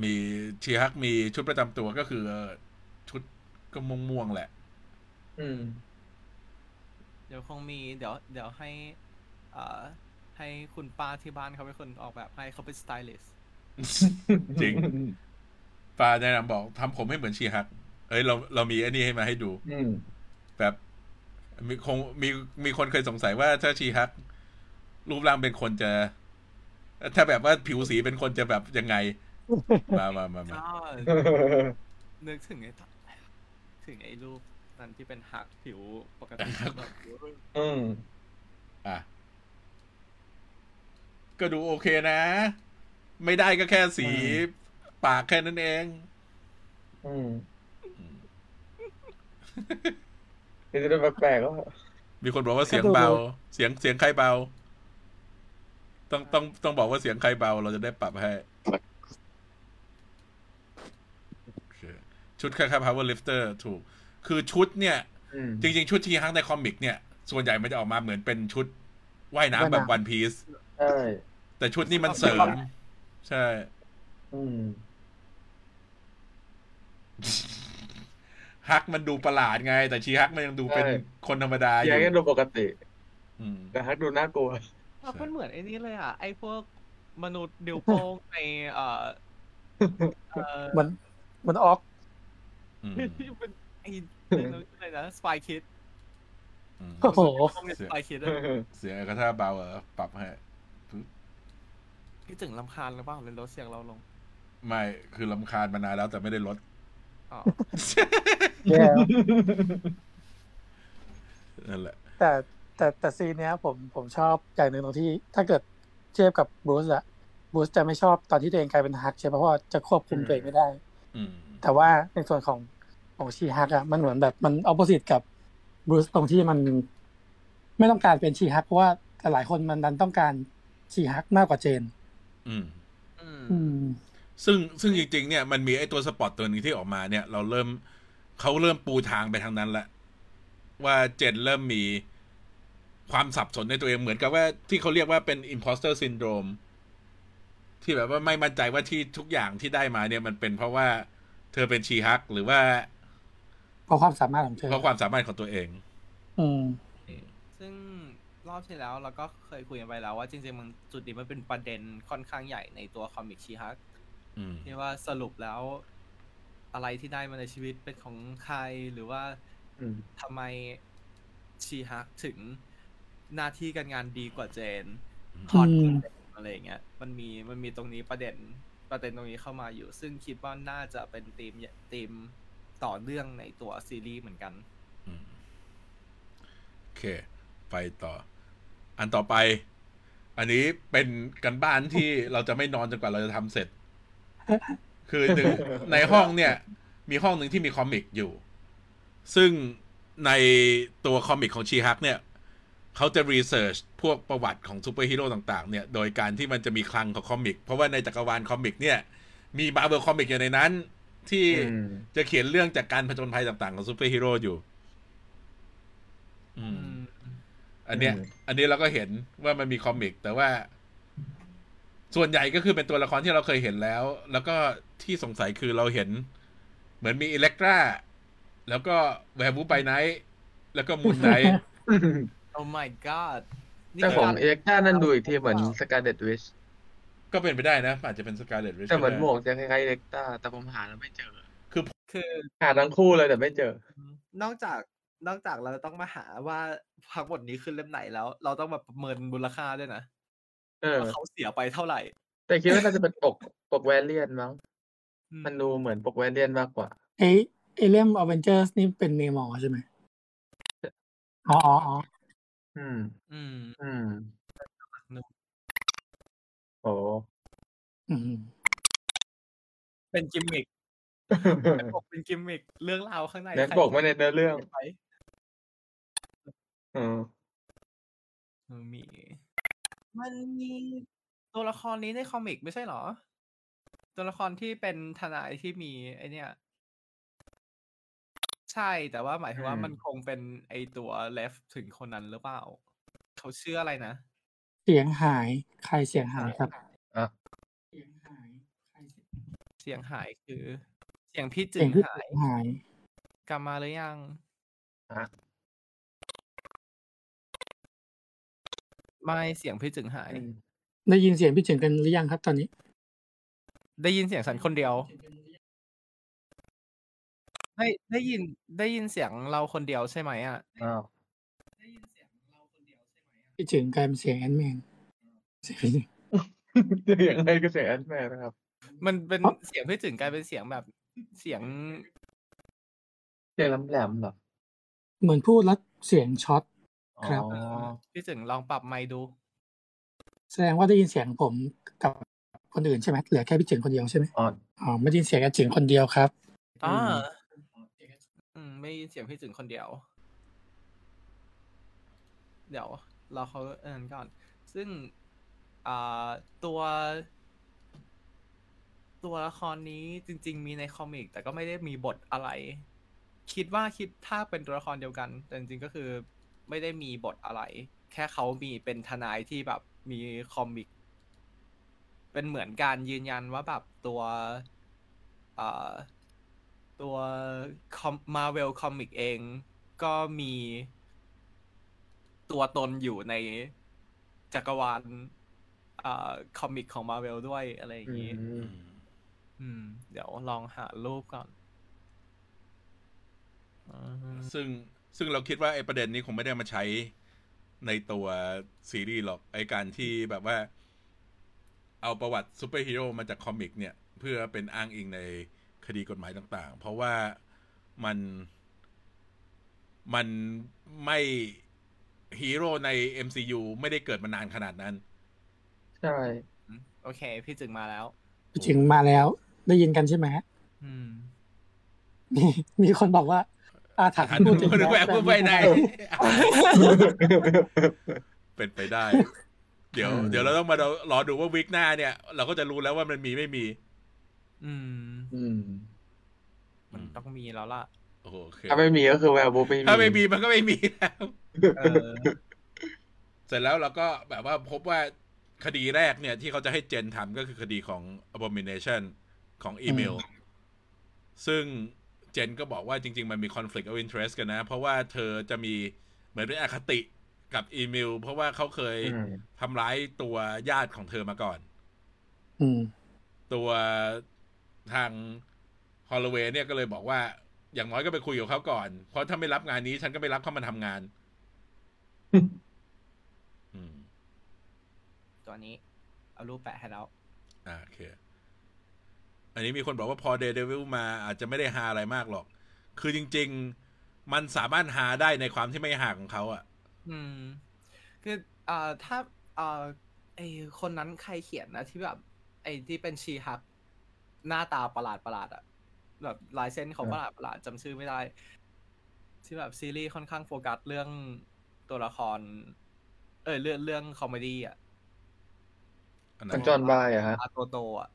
มีชีฮักมีชุดประจำตัวก็คือชุด ก็ม่วงม่วงๆแหละ
อืม
เดี๋ยวคงมีเดี๋ยวเดี๋ยวให้เอ่อให้คุณป้าที่บ้านเขาเป็นคนออกแบบให้เขาเป็นสไตลิสต์
จ ริง ปาแนะนำบอกทำผมให้เหมือนชีฮัก เอ้ยเราเรามีไอันนี้ให้มาให้ดู
อืม
แบบมีคงมีมีคนเคยสงสัยว่าถ้าชีฮัก รูปร่างเป็นคนจะ ถ้าแบบว่าผิวสีเป็นคนจะแบบยังไง มามามามา
ก็ นึกถึงไอ้ตอนถึงไอ้รูปนั้นที่เป็นหักผิวปกติแบบ
อืม
อ่ะ ก็ดูโอเคนะ ไม่ได้ก็แค่สี
อืม
ปากแค่นั้นเอง
อืมเดี๋ยวจะได้แปลกๆก็
มีคนบอกว่าเสียงเบา เสียงเสียงใครเบา ต้องต้องต้องบอกว่าเสียงใครเบา เราจะได้ปรับให้โอเคชุดคล้ายๆ power lifter ถูก คือชุดเนี่ย
อืม
จริง ๆ ชุดที่ฮังในคอมิกเนี่ย ส่วนใหญ่มันจะออกมาเหมือนเป็นชุดว่ายน้ำแบบวันพี e
ใช่
แต่ชุดนี้มันเสริม ใช่
อืม
ฮักมันดูประหลาดไง แต่ชีฮักมันยังดูเป็น
ใช่
คนธรรมดาอ
ยั
ยู่
งก็ดูปกติ
อืม
แต่ฮักดูน่ากลัว
แบบมันเหมือนไอ้นี่เลยอ่ะ ไอ้พวกมนุษย์ดิวโป้งในเอ่อเอ่อ
เหมือนเหมือนออก
อืม
ที่เป็นไอ้เรื่องนั้นอะไรนะสปายคิด
อืม
โอ้โห
ต้องเป็นสปายคิดอะ
เสียงกระทาเบาเหรอปรับให้
คิดถึงลำคาญหรือเปล่าเลยลดเสียงเราลง
ไม่ คือลำคาญมานานแล้วแต่ไม่ได้ลด
อ๋ อ
แย่
นั่นแหละ
แต่แต่แต่ซีนเนี้ยผมผมชอบอย่างหนึ่งตรงที่ ถ้าเกิดเทียบกับบรูซอะบรูซจะไม่ชอบตอนที่ตัวเองกลายเป็นฮักใช่ปะเพราะว่าจะควบคุมตัวเองไม่ได้
อืม
แต่ว่าในส่วนของของชีฮักอะมันเหมือนแบบมันออป o s ิ t กับบรูซตรงที่มันไม่ต้องการเป็นชีฮักเพราะว่าหลายๆคนมันดันต้องการชีฮักมากกว่าเจน
อืม
อืม
อืม
ซึ่งซึ่งจริง ๆ เนี่ยมันมีไอ้ตัวสปอตตัวหนึ่งที่ออกมาเนี่ย เราเริ่มเขาเริ่มปูทางไปทางนั้นละว่าเจนเริ่มมีความสับสนในตัวเองเหมือนกับว่าที่เขาเรียกว่าเป็น imposter syndrome ที่แบบว่าไม่มั่นใจว่าที่ทุกอย่างที่ได้มาเนี่ยมันเป็นเพราะว่าเธอเป็นชีฮัก หรือว่า
เพราะความสามารถของเธอ
เพราะความสามารถของตัวเอง
อืม
ซึ่งรอบที่แล้วเราก็เคยคุยกันไปแล้วว่าจริงๆมันจุดนี้มันเป็นประเด็นค่อนข้างใหญ่ในตัวคอมิกชีฮัก
อืม
ที่ว่าสรุปแล้วอะไรที่ได้มาในชีวิตเป็นของใครหรือว่า
อืม
ทำไมชีฮักถึงหน้าที่การงานดีกว่าเจนพอด
อืม
อะไรอย่างเงี้ยมันมีมันมีตรงนี้ประเด็นประเด็นตรงนี้เข้ามาอยู่ ซึ่งคิดว่าน่าจะเป็นธีมธีมต่อเนื่องในตัวซีรีส์เหมือนกัน
อืมโอเค ไปต่อ อันต่อไป อันนี้เป็นกันบ้านที่ เราจะไม่นอนจนกว่าเราจะทำเสร็จ คือหนึ่ง ในห้องเนี่ย มีห้องหนึ่งที่มีคอมิกอยู่ ซึ่งในตัวคอมิกของชีฮักเนี่ยเขาจะรีเสิร์ชพวกประวัติของซูเปอร์ฮีโร่ต่าง ๆ เนี่ย โดยการที่มันจะมีคลังของคอมิก เพราะว่าในจักรวาลคอมิกเนี่ย มีมาเบอร์คอมิกอยู่ในนั้น ที่
อืม
จะเขียนเรื่องจากการผจญภัยต่าง ๆ ของซูเปอร์ฮีโร่อยู่ อืม อันเนี้ย
อืม
อันนี้เราก็เห็นว่ามันมีคอมิก แต่ว่า ส่วนใหญ่ก็คือเป็นตัวละครที่เราเคยเห็นแล้ว แล้วก็ที่สงสัยคือเราเห็น เหมือนมีอิเล็กตราแล้วก็แวร์บูไปไนท์แล้วก็มูนไนท์
Oh my god นี่
แต่
คือ
ของ
การ
เอ็กซ์ต้านั่นดูอีกทีเหมือนสกาเด็ดวิช
ก็เป็นไปได้นะ อาจจะเป็นสกาเลตริช
แต่เหมือนหมวกจะคล้ายๆเอ็กซ์ต้าแต่ผมหาแล้วไม่เจอ
คือ
หาทั้งคู่เลยแต่ไม่เจอ
นอกจากนอกจากเราต้องมาหาว่าทั้งหมดนี้ขึ้นเล่มไหนแล้ว เราต้องมาประเมินมูลค่าด้วยนะ
เออ
ว่าเขาเสียไปเท่าไหร่
แต่คิดว่าน่าจะเป็นปกปกแวรเลียนมั้ง
อืม
มันดูเหมือนปกแวรเลียนมากกว่า
ไอไอเล่มอเวนเจอร์สนี่เป็นเนมอใช่ไหมอ๋ออ๋ออ๋อ
อืม
อืม
อืมโอ้
อืม
เป็นกิมมิคเป็นปกเป็นกิมมิคเรื่องราวข้างใน
แบ็ค
ใคร
บอกไม่ได้เนื้อเรื่อง
ไป
เออ
มันมี มันมีตัวละครนี้ในคอมิกไม่ใช่เหรอ ตัวละครที่เป็นทนายที่มีไอเนี่ย ใช่แต่ว่าหมายถึงว่ามันคงเป็นไอตัวเลฟถึงคนนั้นหรือเปล่า เขาเชื่ออะไรนะ
เสียงหายใครเสียงหายครับ
อ่ะ
เสียงหาย
เสียงหายคือ เสียงพี่จึ
เสีย
ง
งที่
หาย
หาย
กลับมาหรือยัง
ฮะ
ไม่เสียงพี่จึงหาย
อืม
ได้ยินเสียงพี่เฉิงกันหรือยังครับตอนนี้
ได้ยินเสียงฉันคนเดียวได้ได้ยินได้ยินเสียงเราคนเดียวใช่ไหมอ่ะ
อ้าว
พี่เฉิงกลายเป็นเสียงแอนด์แมนเสียงพี่เฉิง
เสียงอะไรก็เสียงแอนด์แมนนะครับ
มันเป็น
อ๋อ
เสียงพี่จึงกลายเป็นเสียงแบบเสียง
เสียงแหลมๆเหรอ
เหมือนพูดแล้วเสียงช็อต
อ๋อ
ครับ
พี่จึงลองปรับไมค์ดู
แสดงว่าได้ยินเสียงผมกับคนอื่นใช่ไหมเหลือแค่พี่เฉิงคนเดียวใช่ไหม
อ๋อ
อ๋อไม่ได้ยินเสียงแอนเฉิงคนเดียวครับ
อ่า
อืม
อืม ไม่ได้ยินเสียงพี่จึงคนเดียว เดี๋ยวเราเขาเอนนันก่อน ซึ่ง อ่า ตัว ตัวละครนี้จริง ๆ มีในคอมิก แต่ก็ไม่ได้มีบทอะไร คิดว่าคิดถ้าเป็นตัวละครเดียวกัน แต่จริงๆก็คือไม่ได้มีบทอะไร แค่เขามีเป็นทนายที่แบบมีคอมิก เป็นเหมือนการยืนยันว่าแบบตัวเอ่อตัวมาเวลคอมิกเองก็มีตัวตนอยู่ในจักรวาลเอ่อคอมิกของมาเวลด้วยอะไรอย่างนี้
อืม
อืม เดี๋ยวลองหารูปก่อนอ่า
ซึ่งซึ่งเราคิดว่าไอ้ประเด็นนี้คงไม่ได้มาใช้ในตัวซีรีส์หรอก ไอ้การที่แบบว่า เอาประวัติซูเปอร์ฮีโร่มาจากคอมิกเนี่ย เพื่อเป็นอ้างอิงในคดีกฎหมายต่างๆ เพราะว่ามันมันไม่ฮีโร่ใน MCU ไม่ได้เกิดมานานขนาดนั้น
ใช่
โอเค พี่จึงมาแล้ว
พี่เฉิงมาแล้ว ได้ยินกันใช่ไหมฮะ
อืม
มีมีคนบอกว่าอาถรรพ์
หัน
พูดถึง
คนแหวกพูดไปไหน เป็นไปได้ เดี๋ยว
อืม
เดี๋ยวเราต้องมารอดูว่าวิกหน้าเนี่ย เราก็จะรู้แล้วว่ามันมีไม่มี
อืม
อืม
มันต้องมีแล้วล่ะ
โอเค
ถ้าไม่มีก็คือแวร์บูไม่มี
ถ้าไม่มีมันก็ไม่มีแล้ว
เออ
เสร็จแล้วเราก็แบบว่าพบว่าคดีแรกเนี่ย ที่เขาจะให้เจนทำก็คือคดีของ abomination ของอีเมล ซึ่งเจนก็บอกว่าจริง ๆ มันมี conflict of interest กันนะ เพราะว่าเธอจะมีเหมือนเป็นอคติกับอีเมล เพราะว่าเขาเคย
อืม
ทำร้ายตัวญาติของเธอมาก่อน
อืม
ตัวทางฮอลลเวย์เนี่ยก็เลยบอกว่า อย่างน้อยก็ไปคุยกับเขาก่อน เพราะถ้าไม่รับงานนี้ ฉันก็ไม่รับเข้ามาทำงาน อืม
ตัวนี้ เอารูปแปะให้แล้ว
อ่าโอเค อันนี้มีคนบอกว่าพอเด e d เดวิลมาอาจจะไม่ได้ฮาอะไรมากหรอก คือจริง ๆ มันสามารถฮาได้ในความที่ไม่ฮาของเขาอะ
อืม คืออ่าถ้าอ่าไอคนนั้นใครเขียนนะที่แบบ ไอที่เป็นชีฮัก หน้าตาประหลาดประหลาดอะแบบลายเส้นเขาประหลาดประหลาดจำชื่อไม่ได้ ที่แบบซีรีส์ค่อนข้างโฟกัสเรื่องตัวละคร เอยเรื่องเรื่องคอมเมดี้อะ
อันไห
มัน
น
จอห์นบายเหรอะฮะ
อาโตโตอะ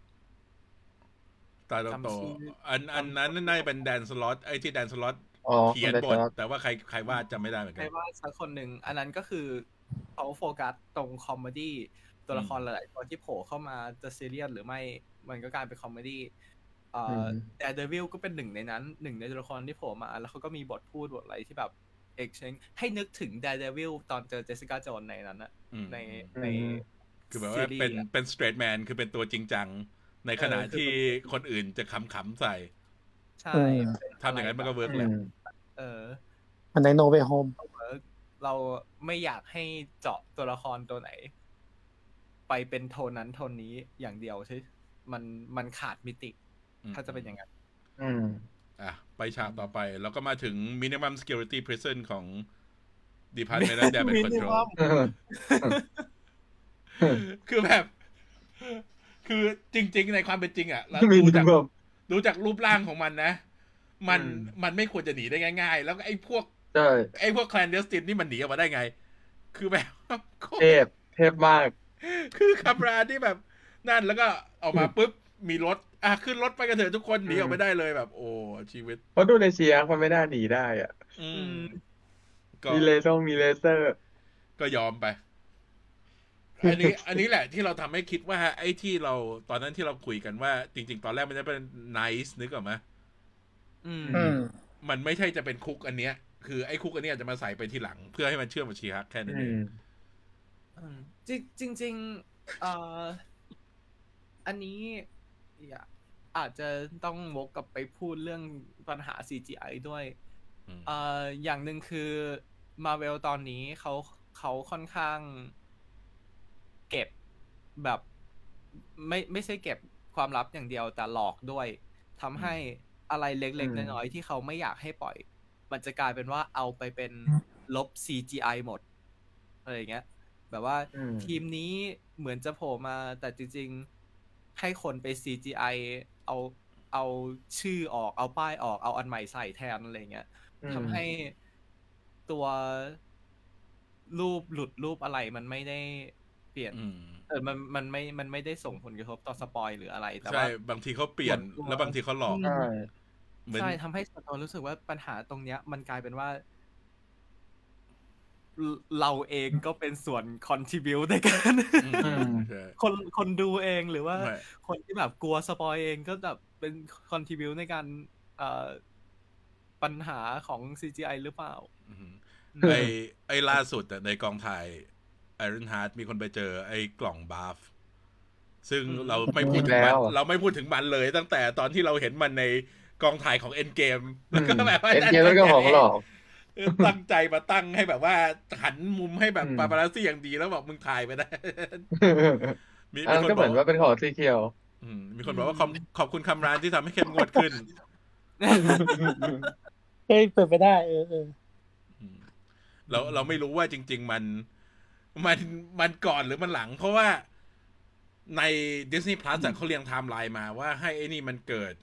ตาโต
จำชื่อ
ๆอันอันนั้นน่าจะเป็นแดนสล็อตไอ้ที่แดนสล็อต
อ๋อ
เขียนบ
ค
ท
นละ
แต่ว่าใครใครวาดจำไม่ได้เหมือน
ใค
กั
ร
น
ว่าสักคนหนึ่งอันนั้นก็คือเขาโฟกัสตรงคอมเมดี้ตัวละครหลายๆตัวที่โผล่เข้ามาจะซีเรียสหรือไม่มันก็กลายเป็นคอมเมดี้เอ่ออ
ม
แต่เดวิลก็เป็นหนึ่งในนั้น หนึ่งในตัวละครที่โผล่มา แล้วเขาก็มีบทพูดบทอะไรที่แบบเอกเชนให้นึกถึงเดวิลตอนเจอเจสสิก้าโจนในนั้นนะ
อืม
ใน
อืม
ใน
คือแบบว่า
ซีรีส์
เป็น
อะ
เป็นสเตรทแมนคือเป็นตัวจริงจัง ในขณะ
เออคือ
ที่คนอื่นจะขำขำๆใส่
ใช่
อืม
เป็
ทำอย่างนั้นมันก็เวิร์ก
อื
แหละ
ม
เออ
มันในโนเวโฮม
เราไม่อยากให้เจาะตัวละครตัวไหน ไปเป็นโทนนั้นโทนนี้อย่างเดียวใช่มันมันขาดมิติ ถ้าจะเป็นอย่างนั้น
อืม
อ่ะ ไปฉากต่อไป แล้วก็มาถึง minimum security prison ของ Department of Damage Control คือแบบ คือจริง ๆ ในความเป็นจริง อ่ะ แล้ว
มี
ดู
ดู
จาก
แบบ
ดูจากรูปร่างของมันนะ มัน
อืม
มันไม่ควรจะหนีได้ง่าย ๆ แล้วก็ไอ้พวก
ใช่
ไอ้พวกแคลนเดสตินนี่มันหนีออกมาได้ไง คือแบบ โคต
เท
ร
พ เทพมาก
คือคาราที่แบบ นั่นแล้วก็ออกมาปุ๊บ มีรถ อ่ะขึ้นรถไปกันเถอะทุกคนหนีออกไปได้เลยแบบ โอ้ชีวิต
เพราะดูในเชียร์มันไม่น่าหนีได้อ่ะ
อื
อื
ม
ม
ก็
มีเลเซอร์มีเลเซอร์
ก็ยอมไป อันนี้ อันนี้แหละที่เราทำให้คิดว่า ไอ้ที่เราตอนนั้นที่เราคุยกันว่า จริง ๆ ตอนแรกมันจะเป็น nice นึกออกไหม
อืม
อืม
มันไม่ใช่จะเป็นคุกอันเนี้ย คือไอ้คุกอันเนี้ยจะมาใส่ไปทีหลัง เพื่อให้มันเชื่อมกับชีฮักแค่นั้น
อื
เอง
ม
อืมจริงจริงจริงเอ่ออันนี้อย่าอาจจะต้องวกกลับไปพูดเรื่องปัญหา CGI ด้วย
อืม
เอ่ออย่างหนึ่งคือมาเวลตอนนี้เขาเขาค่อนข้าง เก็บแบบ ไม่ไม่ใช่เก็บความลับอย่างเดียวแต่หลอกด้วยทำให้อะไรเล็ก
อืม
ๆน้อยๆที่เขาไม่อยากให้ปล่อย มันจะกลายเป็นว่าเอาไปเป็นลบ CGI หมดอะไรอย่างเงี้ย แบบว่า
อืม
ทีมนี้เหมือนจะโผล่มาแต่จริงๆ ให้คนไป CGI เอาเอาชื่อออกเอาป้ายออกเอาอันใหม่ใส่แทนอะไรเงี้ย
อืม
ทำให้ตัวรูปหลุดรูปอะไรมันไม่ได้เปลี่ยน
อืม
เออมันมันไม่มันไม่ได้ส่งผลกระทบต่อสปอยหรืออะไรแต่
ใช่
ว่า
บางทีเขาเปลี่ยน
ตัว
แล้วบางทีเขาหลอก
ใช่
เหมือน
ใช่ทำให้ส่วนตัวรู้สึกว่าปัญหาตรงเนี้ย มันกลายเป็นว่า เราเองก็เป็นส่วน contribu ในการ
อืมใช่
คนคนดูเองหรือว่า
ไม่
คนที่แบบกลัวสปอยเองก็แบบเป็นคอนท r บิวในการเอ่อปัญหาของ CGI หรือเปล่า
อือหือ
อืม
ไอไอล่าสุดอะในกองถ่าย Iron Heart มีคนไปเจอไอกล่องบาฟซึ่งเราไม่พูดถึง
แล้
มัน
วอะ
เราไม่พูดถึงมันเลยตั้งแต่ตอนที่เราเห็นมันในกองถ่ายของ Endgame แล้วก็แบบว่า
เอ็นเกมแล้วก็ของหลอก
เออตั้งใจมาตั้งให้แบบว่าหันมุมให้แบบ
อืม
ปาปารัสซี่อย่างดีแล้วบอกมึงถ่ายไป ได้ มีมี
อันนั้น
ค
ก็
น
เห
บ
มื
อ
อน
ก
ว่าเป็นของสีเขียว
อืมมีคนบอกว่าขอบขอบคุณคำรานที่ทำให้เข้มงวดขึ้น
เฮ้ยเปิดไปได้เออเออ
อืมเราเราไม่รู้ว่าจริง ๆ มันมันมันก่อนหรือมันหลัง เพราะว่าใน Disney Plus อะเขาเรียงไทม์ไลน์มาว่าให้ไอ้นี่มันเกิด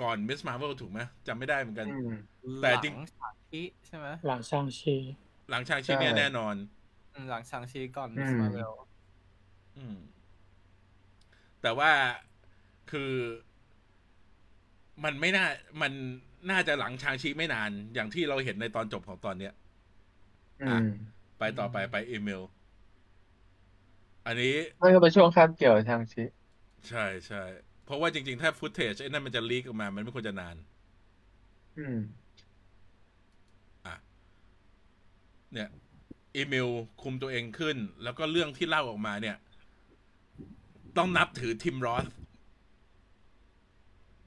ก่อน Miss Marvel ถูกไหมจำไม่ได้เหมือนกัน
อืม
แต่จริง
หลัฉากชีใช่ไหม
หลังชางชี
หลังชางชีเนี่ย
ใช่
แน่นอน
อืมหลังฉากชีก่อน
อืม
มาเวล
อืม แต่ว่าคือมันไม่น่า มันน่าจะหลังชางชีไม่นาน อย่างที่เราเห็นในตอนจบของตอนเนี้ย
อืม
ไปต่อไปไปอีเมล อันนี้
นั่นก็เป็นช่วงคาบเกี่ยวทางชิ
ใช่ใช่เพราะว่าจริง ๆ ถ้าฟุตเทจไอ้นั่นมันจะลีกออกมา มันไม่ควรจะนาน
อืม
อ่ะ เนี่ยอีเมลคุมตัวเองขึ้น แล้วก็เรื่องที่เล่าออกมาเนี่ย ต้องนับถือทิมรอส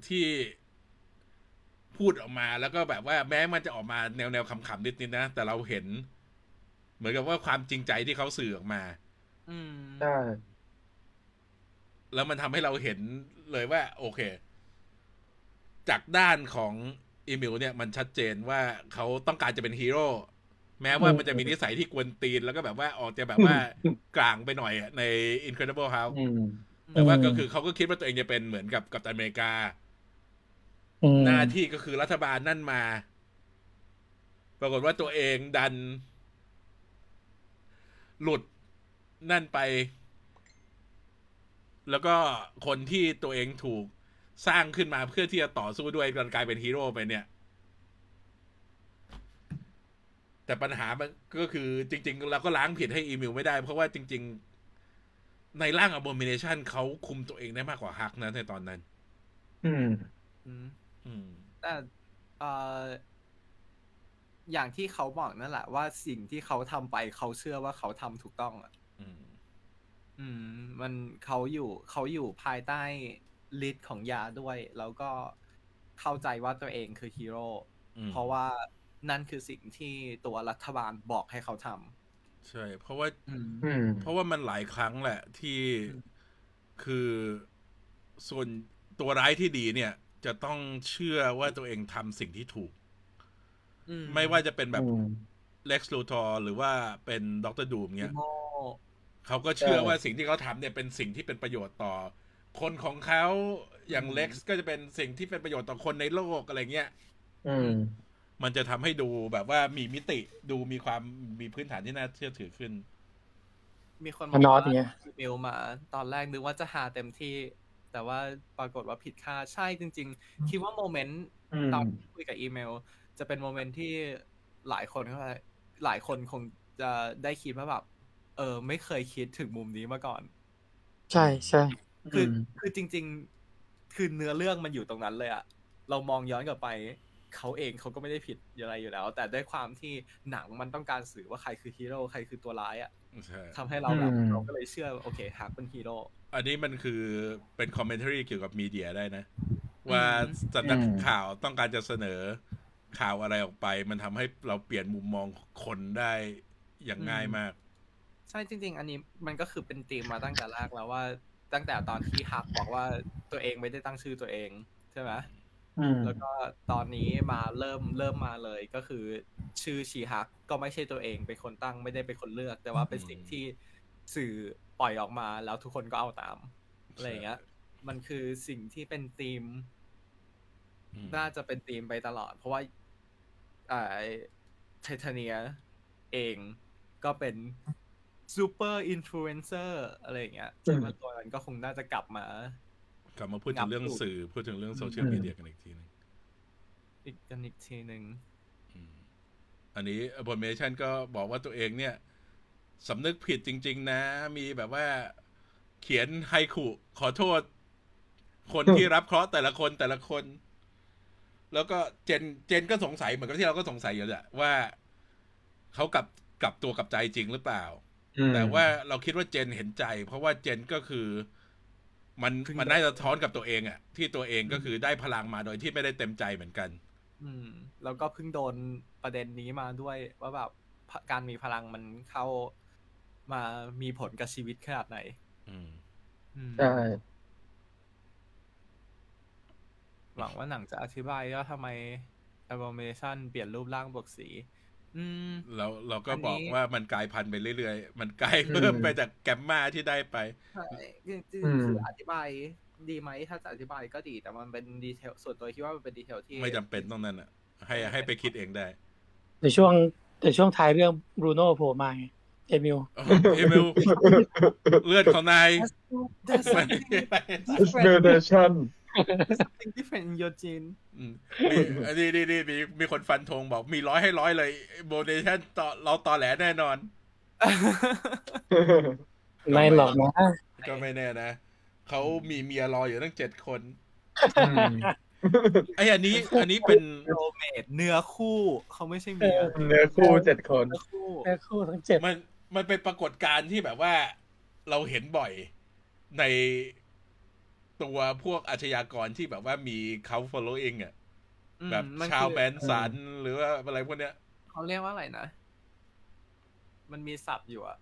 ที่พูดออกมาแล้วก็แบบว่าแม้มันจะออกมาแนวแนวๆขำๆนิดนิดๆนะ แต่เราเห็น เหมือนกับว่าความจริงใจที่เขาสื่อออกมา
อืม
ใช่
แล้วมันทำให้เราเห็นเลยว่า โอเค จากด้านของอีมิลเนี่ย มันชัดเจนว่าเขาต้องการจะเป็นฮีโร่แม้ว่ามันจะมีนิสัยที่กวนตีน แล้วก็แบบว่าออกจะแบบว่า กลางไปหน่อยอะใน Incredible Hulk
อืม
แต่ว่า
อืม
ก็คือเขาก็คิดว่าตัวเองจะเป็นเหมือนกับกัปตันอเมริกา
อืม
หน้าที่ก็คือรัฐบาลนั่นมา ปรากฏว่าตัวเองดัน หลุดนั่นไป แล้วก็คนที่ตัวเองถูกสร้างขึ้นมาเพื่อที่จะต่อสู้ด้วยกันกลายเป็นฮีโร่ไปเนี่ย แต่ปัญหามันก็คือจริง ๆ เราก็ล้างผิดให้อีมิวไม่ได้ เพราะว่าจริง ๆ ในร่าง Abomination เขาคุมตัวเองได้มากกว่าฮักนะในตอนนั้น
อืม
อืม
อืม
แต่เอ่ออย่างที่เขาบอกนั่นแหละว่าสิ่งที่เขาทำไปเขาเชื่อว่าเขาทำถูกต้องอะ
อืม
อืมมันเขาอยู่เขาอยู่ภายใต้ฤทธิ์ของยาด้วย แล้วก็เข้าใจว่าตัวเองคือฮีโร่
อืม
เพราะว่านั่นคือสิ่งที่ตัวรัฐบาลบอกให้เขาท
ใช่ เพราะว่า
ำอืม
อืม
เพราะว่ามันหลายครั้งแหละที่
อืม
คือส่วนตัวร้ายที่ดีเนี่ย จะต้องเชื่อว่าตัวเองทำสิ่งที่ถูก
อื
ไม่ว่าจะเป็นแบบ
อืม
เล็กซ์ลูทอหรือว่าเป็นด็อกเตอร์ดูมเนี่ย
โง่
เขาก็เชื่อ
ใช่
ว่าสิ่งที่เขาทำเนี่ยเป็นสิ่งที่เป็นประโยชน์ต่อ คนของเขาอย่างเล็กซ์ก็จะเป็นสิ่งที่เป็นประโยชน์ต่อคนในโลกอะไรเงี้ย
อืม
มันจะทำให้ดูแบบว่ามีมิติดูมีความมีพื้นฐานที่น่าเชื่อถือขึ้น
มีคนบ
มั
อก
นนอต
ว่า
เนี้ย
อีเมลมา ตอนแรกนึกว่าจะหาเต็มที่ แต่ว่าปรากฏว่าผิดคาดใช่จริง ๆ คิดว่าโมเมนต์
อืม
ตอนที่คุยกับอีเมล จะเป็นโมเมนต์ที่หลายคนเข้าใจหลายคนคงจะได้คิดว่าแบบ เออ ไม่เคยคิดถึงมุมนี้มาก่อน
ใช่ใช่
คือ
อืม
คือจริง ๆ คือเนื้อเรื่องมันอยู่ตรงนั้นเลยอะเรามองย้อนกลับไป เขาเองเขาก็ไม่ได้ผิดอะไรอยู่แล้ว แต่ด้วยความที่หนังมันต้องการสื่อว่าใครคือฮีโร่ใครคือตัวร้ายอะ
ใช่
ทำให้เราแบบ
อืม
เราก็เลยเชื่อโอเคฮักเป็นฮีโร่
อันนี้มันคือเป็นคอมเมนต์เกี่ยวกับมีเดียได้นะ ว่าสำนัก
อืม
ข่าวต้องการจะเสนอข่าวอะไรออกไป มันทำให้เราเปลี่ยนมุมมองคนได้อย่างง่ายมาก
ใช่จริง ๆ อันนี้มันก็คือเป็นธีมมาตั้งแต่แรกแล้วว่าตั้งแต่ตอนที่ฮักบอกว่าตัวเองไม่ได้ตั้งชื่อตัวเองใช่ไหม
อืม
แล้วก็ตอนนี้มาเริ่มเริ่มมาเลยก็คือชื่อชีฮักก็ไม่ใช่ตัวเองเป็นคนตั้งไม่ได้เป็นคนเลือก แต่ว่าเป็นสิ่งที่สื่อปล่อยออกมาแล้วทุกคนก็เอาตามอะไรอย่างเงี้ย มันคือสิ่งที่เป็นธีม
อืม
น่าจะเป็นธีมไปตลอด เพราะว่าอ่าไทเทเนียเองก็เป็นซูเปอร์อินฟลูเอนเซอร์อะไรอย่างเงี้ย
อืม
ซึ่งว่าตัวนั้นก็คงน่าจะกลับมา
กลับมาพูดถึงเรื่องสื่อพูดถึงเรื่องโซเชียลมีเดียกันอีกทีหนึง
อีกกันอีกทีหนึ่ง
อืมอันนี้ Abomination ก็บอกว่าตัวเองเนี่ยสำนึกผิดจริง ๆ นะ มีแบบว่าเขียนไฮคุขอโทษ คนที่รับเคราะห์แต่ละคนแต่ละคน แล้วก็เจนเจนก็สงสัยเหมือนกับที่เราก็สงสัยอยู่แหละว่าเขากลับกลับตัวกลับใจจริงหรือเปล่า
อืม
แต่ว่าเราคิดว่าเจนเห็นใจ เพราะว่าเจนก็คือ มันมันได้สะท้อนกับตัวเองอะที่ตัวเองก็คือได้พลังมาโดยที่ไม่ได้เต็มใจเหมือนกัน
อืม แล้วก็เพิ่งโดนประเด็นนี้มาด้วยว่าแบบพะการมีพลังมันเข้ามามีผลกับชีวิตขนาดไหน
อืม
อืม
ใช่
หวังว่าหนังจะอธิบายว่าทำไม Abomination เปลี่ยนรูปร่างบวกสี อืม
เราเราก็
อันนี้
บอกว่ามันกลายพันธุ์ไปเรื่อยๆ มันกลายเพิ่มไปจากแกมมาที่ได้ไป
ใช่คือคืออคืออธิบายดีไหมถ้าจะอธิบายก็ดี แต่มันเป็นดีเทลส่วนตัวคิดว่ามันเป็นดีเทลที่
ไม่จำเป็นต้องนั่นอะให้ให้ไปคิดเองได้
ในช่วงในช่วงท้ายเรื่องบรูโน่โผล่มาไงเอมิล
โอ้โหเอเมลเลือดของนาย
แต่
มั
สิ่
น
ง
เดเนชั่น
ที่เป็นโยจิ น
อืมมีอันนี้นี่นี่มีมีคนฟันธงบอกมีร้อยให้ร้อยเลยโบเนชั่นต่อเราต่อแหลแน่นอน
ไม่หรอกนะ
ก็ไม่แน่นะ เขามีเมียรออยู่ตั้งเจ็ดคน ไออันนี้ อันนี้เป็น
โรเมดเนื้อคู่เขาไม่ใช่เมีย
เนื้อคู่เจ็ดคน
เนื้อคู่
แม่คู่ทั้งเจ็ด
มัน มันเป็นปรากฏการณ์ที่แบบว่าเราเห็นบ่อยในตัวพวกอาชญากรที่แบบว่ามีเขา following อ่ะ
อืม
แบบ
มัน
ชาว
คือ
แบนสันหรือว่าอะไรพวกเนี้ย
เขาเรียกว่าอะไรนะ มันมีศัพท์อยู่อะ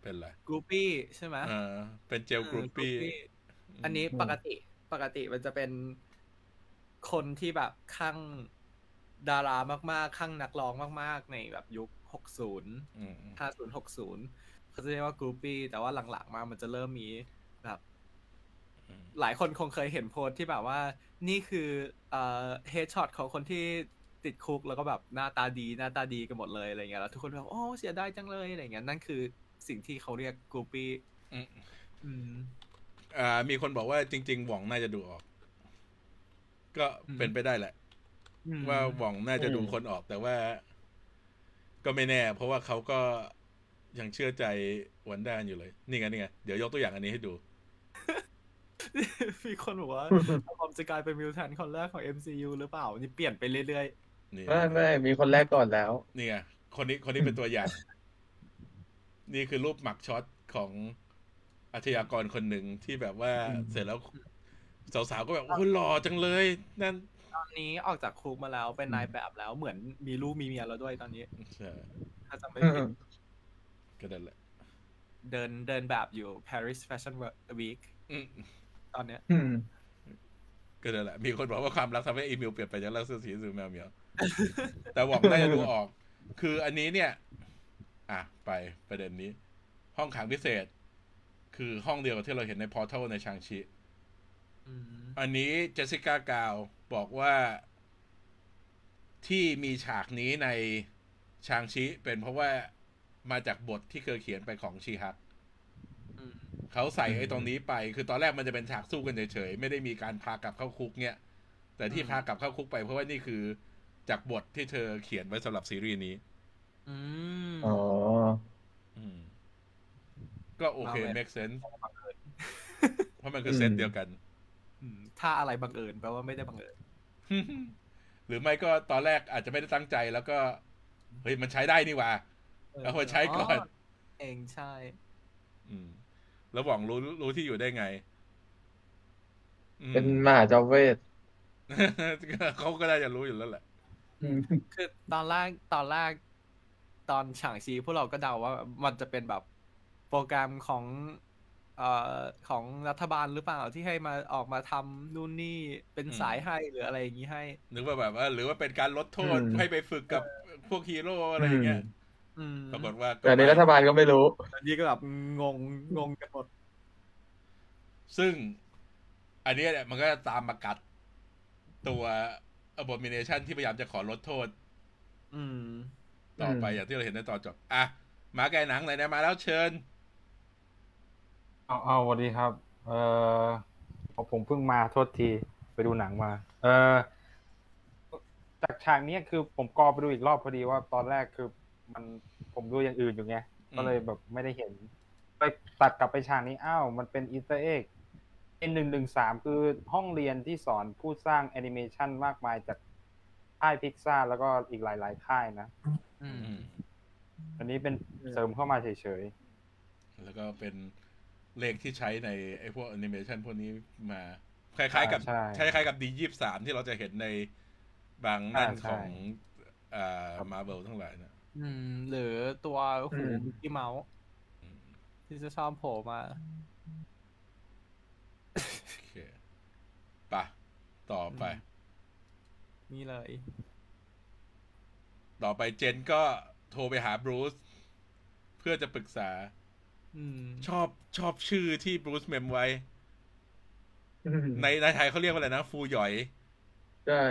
เป็นไร
กรูปี้ใช่ไหม
อ่าเป็นเจลกรุ๊ปปี้
เออ groupie อันนี้ปกติปกติมันจะเป็นคนที่แบบข้างดารามากๆข้างนักร้องมาก ๆ ในแบบยุค 60
อืม
ห้าศูนย์หกศูนย์เขาจะเรียกว่ากรูปี้แต่ว่าหลังๆมามันจะเริ่มมีแบบ
อืม
หลายคนคงเคยเห็นโพสต์ที่แบบว่า นี่คือเอ่อเฮดช็อตของคนที่ติดคุกแล้วก็แบบหน้าตาดีหน้าตาดีกันหมดเลยอะไรเงี้ยแล้วทุกคนแบบโอ้เสียดายจังเลยอะไรเงี้ยนั่นคือสิ่งที่เขาเรียกกรูปี้
อืม
อืม
อ่า มีคนบอกว่าจริง ๆ หว่องน่าจะดูออก ก็เป็นไปได้แหละ
อืม
ว่าหว่องน่าจะดู
อืม
คนออกแต่ว่า ก็ไม่แน่ เพราะว่าเขาก็ยังเชื่อใจวันด้านอยู่เลย นี่ไงนี่ไงเดี๋ยวยกตัวอย่างอันนี้ให้ดู
มีคนบอกว่าคอมจะกลายเป็นมิวแทนคนแรกของ MCU หรือเปล่า นี่เปลี่ยนไปเรื่อย
นี่
ไม่ไม่มีคนแรกก่อนแล้ว
นี่ไงคนนี้คนนี้เป็นตัวอย่าง นี่คือรูปหมักช็อตของอาชญากรคนหนึ่งที่แบบว่า
อืม
เสร็จแล้ว สาวๆก็แบบโอ้ยหล่อจังเลยนั่น
ๆ ตอนนี้ออกจากคุกมาแล้วเป็นนายแบบแล้วเหมือนมีลูกมีเมียแล้วด้วยตอนนี้
ใช่
ถ้าจำไม่
อื
ผิ
ม
ด
ก็นั่นแหละ
เดินเดินแบบอยู่ Paris Fashion Week
อืม
ตอนเนี้ย
อืม
ก็นั่นแหละมีคนบอกว่าความรักทำให้อีเมลเปลี่ยนไปจากรักเสื้อสีสู่แมวเหมียว แต่หวังน่าจะดูออก คืออันนี้เนี่ย อ่ะ ไปประเด็นนี้ ห้องขังพิเศษ คือห้องเดียวกับที่เราเห็นในพอร์ทัลในชางชิ
อืม
อันนี้เจสสิก้ากาวบอกว่าที่มีฉากนี้ในชางชิ เป็นเพราะว่ามาจากบทที่เคยเขียนไปของชีฮัก
อืม
เขาใส่ไอ้ตรงนี้ไป คือตอนแรกมันจะเป็นฉากสู้กันเฉยๆ ไม่ได้มีการพากลับเข้าคุกเนี่ย แต่ที่พากลับเข้าคุกไปเพราะว่านี่คือจากบทที่เธอเขียนไว้สำหรับซีรีส์นี้
อืม
อ๋อ
อืม ก็โอเค
เอาไว้
make sense เพราะมันคือเซต
อืม
เดียวกัน
อืมถ้าอะไรบังเอิญแปลว่าไม่ได้บังเอิญ
หรือไม่ก็ตอนแรกอาจจะไม่ได้ตั้งใจแล้วก็ เฮ้ยมันใช้ได้นี่หว่า เอามาใช้ก่อน
เองใช่
อืม แล้วหว่องรู้รู้ที่อยู่ได้ไง อืม
เป็นมหาจอมเวท
เขาก็น่าจะรู้อยู่แล้วแหละ
คือตอนแรกตอนแรกตอนฉางชีพวกเราก็เดาว่ามันจะเป็นแบบโปรแกรมของเอ่อของรัฐบาลหรือเปล่าที่ให้มาออกมาทำนู่นนี่เป็น
อืม
สายให้หรืออะไรอย่างนี้ให้
นึกว่าแบบว่าหรือว่าเป็นการลดโทษ
อืม
ให้ไปฝึกกับพวกฮีโร่อะไรอย่างเงี้ย
อืม
ปรากฏว่าก็
แต่ในรัฐบาลก็ไม่รู้
ตอนนี้ก็แบบงงงงกันหมด
ซึ่ง อันเนี้ยเนี่ยมันก็ตามมากัดตัว abomination ที่พยายามจะขอลดโทษ
อืม
ต่อไป
อืม
อย่างที่เราเห็นในตอนจบ อ่ะ มาไกลหนังไหนๆมาแล้วเชิญ
เอาเอาสวัสดีครับ เออผมเพิ่งมาโทษทีไปดูหนังมา เออจากฉากเนี้ยคือผมกอไปดูอีกรอบพอดีว่าตอนแรกคือมันผมดูอย่างอื่นอยู่ไง
อืม
ก็เลยแบบไม่ได้เห็น ไปตัดกลับไปฉากนี้อ้าว มันเป็นอีสเตอร์เอ็กเอ็นหนึ่งหนึ่งสามคือห้องเรียนที่สอนผู้สร้างแอนิเมชันมากมายจากค่ายพิกซาแล้วก็อีกหลาย ๆ ค่ายนะ
อืม
อันนี้เป็นเสริมเข้ามาเฉย
แล้วก็เป็นเลขที่ใช้ในไอ้พวกแอนิเมชันพวกนี้มา ค
ๆ
ล้าย ๆ กับ
ใช่
คล้ายๆกับดียี่สามที่เราจะเห็นในบางนั่น
อ่าใช่
ของอ่ามาเบลทั้งหลายนะ
อืม หรือตัวหู
อืม
ที่เมาส์
อืม
ที่จะชอบโผล่มา
โอเคไปะต่อไป
อืม นี่เลย
ต่อไปเจนก็โทรไปหาบรูซเพื่อจะปรึกษา
อืม
ชอบชอบชื่อที่บรูซเมมไว้ ในในไทยเขาเรียกว่าอะไรนะ ฟูหยอย
ใช่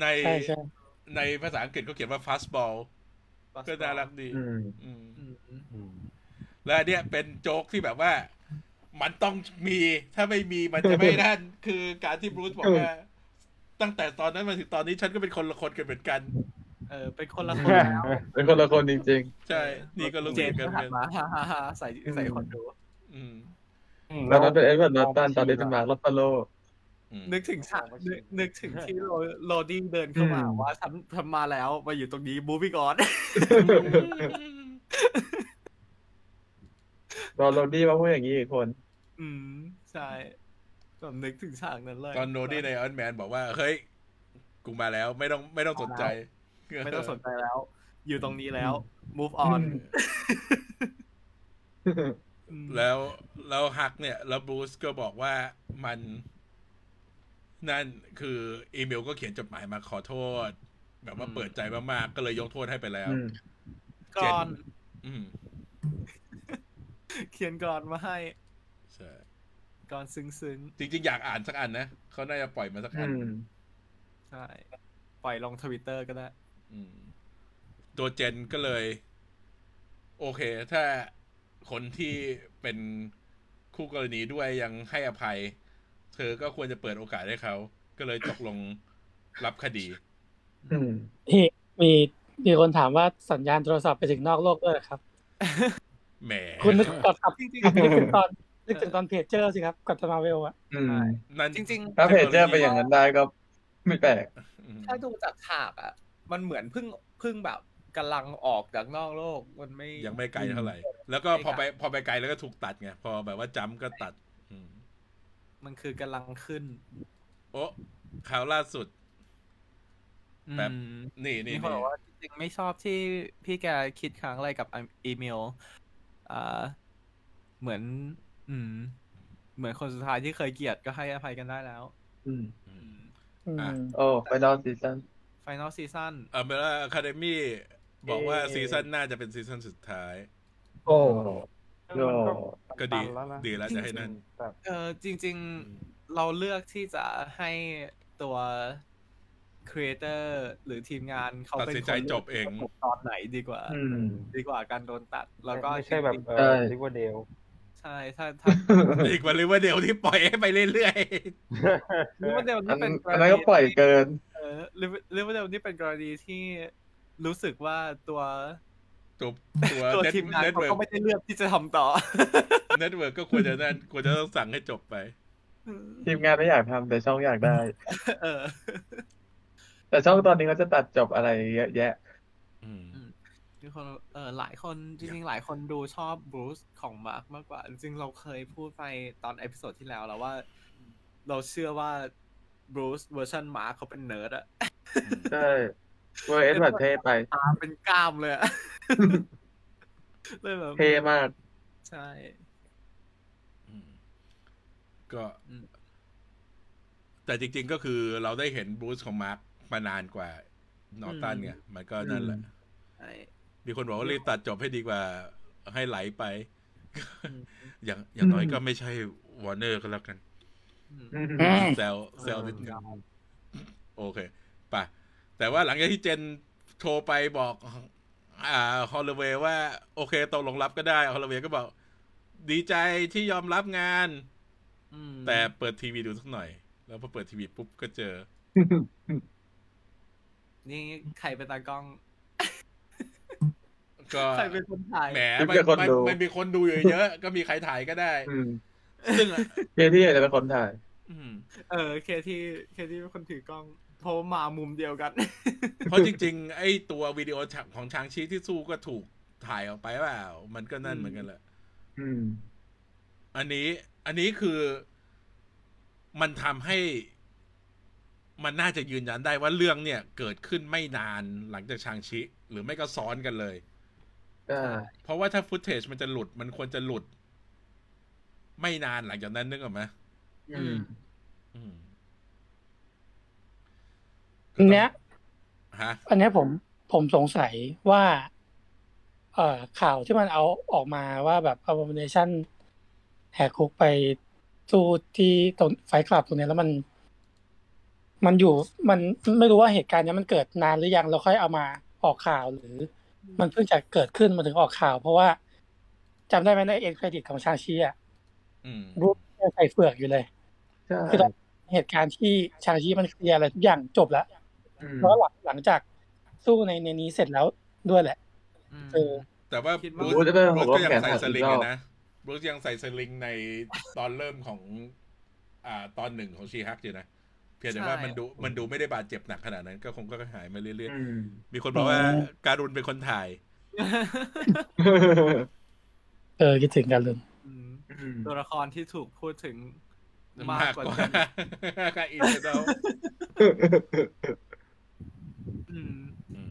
ใน
ใช่ใช่
ในภาษาอังกฤษเขาเขียนว่า fastball ก็น่ารักดี
อืม
อืม
อืม
อืม
และอันเนี่ยเป็นโจ๊กที่แบบว่า มันต้องมีถ้าไม่มีมันจะไม่นั่น คือการที่บรูซบอกว่า ตั้งแต่ตอนนั้นมาถึงตอนนี้ฉันก็เป็นคนละคนกันเหมือนกัน
เออ เป็นคนละคนแล้ว
เป็นคนละคนจริง
ใช่ นี่ก็รู้สึ
เจ
ก
น
กัน
หั
เป็น น
มาฮ่าฮ่าฮ่าใส่ใส่คนดู
อืม
ๆ แล้วนั้นเป็นเอ็ดเวิร์ดนอตตันตอนนี้เป็นมาร์คลอตเตโล
อืม
นึกถึงฉาก
ผมก็ชิ
นึ
น
กนึกถึงที่โรโรดี้เดินเข้ามา
อืม
ว่าฉันทำมาแล้วมาอยู่ตรงนี้บูบี้ก่อน
ตอนโรดี้มาพูดอย่างนี้อีกคน
อืม ใช่แบบนึกถึงฉากนั้นเลย
ตอนโนดี้ในออนแมนบอกว่า เฮ้ย กูมาแล้วไม่ต้องไม่ต้องสนใจ
ไม่ต้องสนใจแล้ว อยู่ตรงนี้แล้ว move on อืม
แล้วแล้วฮักเนี่ย แล้วบรูซก็บอกว่ามัน นั่นคืออีเมลก็เขียนจดหมายมาขอโทษ แบบว่าเปิดใจมากๆก็เลยยกโทษให้ไปแล้ว
อืม
ก่อน
อืม
เขียนก่อนมาให้
ใช่
ก่อนซึ้ง
จริงๆ อยากอ่านสักอันนะเขาน่าจะปล่อยมาสักอั
อื
น
ม
ๆใช่ปล่อยลงทวิตเตอร์ก็ได้
อืมตัวเจนก็เลย โอเค ถ้าคนที่เป็นคู่กรณีด้วยยังให้อภัย เธอก็ควรจะเปิดโอกาสให้เขา ก็เลยตกลงรับคดี
อืม
ที่มีมีคนถามว่าสัญญาณโทรศัพท์ไปถึงนอกโลกด้วยเหรอครับ
แหม
คุณนึกกลับกลับ
จริง
กลับไปนึกถึงตอนนึกถึงตอนเพจเจอร์สิครับกับมาเวลอะ
อืม
นั่น
ๆจริง ๆ
ถ้าเพจเจอร์ไปอย่างนั้นได้ก็ไม่แปลก
อืม
ถ้าดูจากฉากอ่ะ มันเหมือนเพึ่งเพึ่งแบบกำลังออกจากนอกโลก มันไม่
ยังไม่ไกลเท่าไหร่ แล้วก็พอไปพอไปไกลแล้วก็ถูกตัดไง พอแบบว่าจำก็ตัด อืม
มันคือกำลังขึ้น
โอ้ข่าวล่าสุด แบบ
อืม
นี่นี่
มีค
นี่
นบอกว่าจริงๆไม่ชอบที่พี่แกคิดค้างอะไรกับอีเมลอ่าเหมือน อืม เหมือนคนสุดท้ายที่เคยเกลียดก็ให้อภัยกันได้แล้ว
อืม
อืม
อื
อ่ะ
ม
โอ้ไปดาวซีซั่น
Final Season
อเมร่าอะคาเดมี่บอกว่า
เอ่อ
ซีซั่นหน้าจะเป็นซีซั่นสุดท้าย
โอ้
เออมัน
ก็ดี
ตันๆแล้วนะ
ดีแล้วจะให้นั่น
แต่
เออจริง ๆ เราเลือกที่จะให้ตัวครีเอเตอร์หรือทีมงานเขาเป็
ตัด
น
สินใจจบเอง
ตอนไหนดีกว่า
อืม
ดีกว่าการโดนตัด แล้วก็
ไม่ใช่แบบเอ
ใช่
อริเวอร์เดล
ใช่ถ้า ถ้า
อีกวันเลยว่าเดี๋ยวที่ปล่อยให้ไปเรื่อย
ลิเวอร์เดล
อั
นี่
น
เป็นกร
อัน
ณี
นั้นก็ปล่อยเกิน
เออลิเวอร์ลิเวอร์เดลนี่เป็นกรณีที่รู้สึกว่าตัว
ๆจบตัว
ตัว
เน็ต
ทีมงาน
เน็ต
เขา
เวิร์
ก็
ก
ไม่ได้เลือกที่จะทำต่อ
เน็ตเวิร์กก็ควรจะนั่นควรจะต้องสั่งให้จบไป
ทีมงานไม่อยากทำแต่ช่องอยากได้
เออ
แต่ช่องตอนนี้เขาจะตัดจบอะไรเยอะแยะ
อืม
มีคนเออหลายคนจริงๆหลายคนดูชอบบรูซของมาร์กมากกว่า จริงๆเราเคยพูดไปตอนเอพิโซดที่แล้วแล้วว่า เราเชื่อว่าบรูซเวอร์ชันมาร์กเขาเป็นเนิร์ดอะ
ใช่เวอร์เอ็ดแบบเทไป
ตาเป็นกล้ามเลยอะเลยแบบ
เทมาก
ใช่
อืมก็
อืม
แต่จริง ๆ ก็คือเราได้เห็นบรูซของมาร์คมานานกว่านอร์ตันไงมันก็นั่นแหละ
อืม
ใช่
มีคนบอกว่ารีบตัดจบให้ดีกว่า ให้ไหลไป
อืม
อย่างอย่างน้อยก็ไม่ใช่วอร์เนอร์ก็แล้วกัน
อืม
อืม
อืม
แซลแซล
เออ
นิดนึงโอเคไป่ะ แต่ว่าหลังจากที่เจนโทรไปบอก อ่าฮอลลเวย์ว่า โอเคตกลงรับก็ได้ฮอลลเวย์ก็บอก ดีใจที่ยอมรับงาน
อืม
แต่เปิดทีวีดูสักหน่อย แล้วพอเปิดทีวีปุ๊บก็เจอ
นี่ใครเป็นตากล้อง
ก็
ใครเป็นคนถ่าย
แหมมั
ไม่
น
มีคน
มัน
ดู
มันมีคนดูอยู่เยอะ ก็มีใครถ่ายก็ได้
อืม
ซึ่งอ่ะ
เยที่อาจจะเป็นคนถ่าย
อืม
เออเคที่เคที่เป็นคนถือกล้องเพราะมามุมเดียวกัน
เพราะจริงๆ ไอ้ตัววิดีโอฉากของชางชีที่สู้ก็ถูกถ่ายออกไปเปล่ามันก็นั่น
อืม
เหมือนกันแหละ
อืม
อันนี้ อันนี้คือมันทำให้ มันน่าจะยืนยันได้ว่าเรื่องเนี่ย เกิดขึ้นไม่นานหลังจากชางชิ หรือไม่ก็ซ้อนกันเลย
อ่า
เพราะว่าถ้าฟุตเทจมันจะหลุด มันควรจะหลุด ไม่นานหลังจากนั้นนึกออกไหม
อืม
อืม
อันเนี้ย
ฮะ
อันเนี้ยผมผมสงสัยว่า เอ่อข่าวที่มันเอาออกมาว่าแบบ abomination แหกคุกไปสู้ที่ตรงไฟคลับตรงเนี้ยแล้วมัน มันอยู่มันไม่รู้ว่าเหตุการณ์เนี้ยมันเกิดนานหรือยังเราค่อยเอามาออกข่าวหรือ มันเพิ่งจะเกิดขึ้นมาถึงออกข่าว เพราะว่าจำได้ไหมในเอ็นเครดิตของชางชีอ่ะ
อืม
รูปยังใส่เฟือกอยู่เลย
ใช่
คือตอนเหตุการณ์ที่ชางชีมันเคลียร์อะไรทุกอย่างจบแล้ว
อืม
เพราะหลังหลังจากสู้ในในนี้เสร็จแล้วด้วยแหละ เออ
แต่ว่า
คิด
บ
ว่า
รูซ
โอ้ยจะเป็น
บ
ห
รู
ก
ซ
รอ
ก็
บ
ยัง
แขน
ใส่
หัก
ส
อี
ลิง
ก
อ
รอบ
ยู่นะบรูซยังใส่สลิงในตอนเริ่มของ อ่า ตอนหนึ่งของชีฮักอยู่นะ เพียงแต่ว่า
ใช่
มันดูมันดูไม่ได้บาดเจ็บหนักขนาดนั้น ก็คงก็หายมาเรื่อย
อืม
ๆ มีคนบอกว่าการุณเป็นคนถ่าย
เออคิดถึงกันลุน
อืม
อืม
ตัวละครที่ถูกพูดถึง
มาม
าก ก
ก
ก
ว่า
ว่า
การ อินเทอร์เน็ต
อืม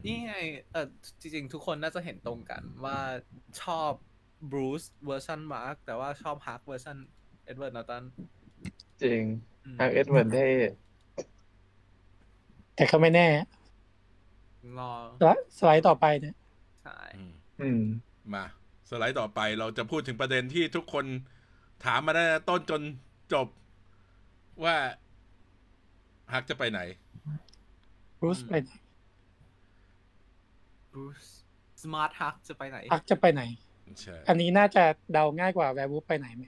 นี่ไงเออจริงๆ ทุกคนน่าจะเห็นตรงกันว่าชอบบรูซเวอร์ชันมาร์กแต่ว่าชอบฮาร์กเวอร์ชันเอ็ดเวิร์ดนอตัน
จริงทางเอ็ดเวิร์ดเท่
แต่ก็ไม่แน่
รอ
และสไลด์ต่อไปเนี่ย
ใช่
อืม
มา สไลด์ต่อไปเราจะพูดถึงประเด็นที่ทุกคนถามมาตั้งแต่ต้นจนจบว่าฮักจะไปไหน
รูสไปไหน
บรูซสมาร์ทฮาร์กจะไปไหน
พักจะไปไหน
ใช่
อันนี้น่าจะเดาง่ายกว่าแวร์บูฟไปไหนไหม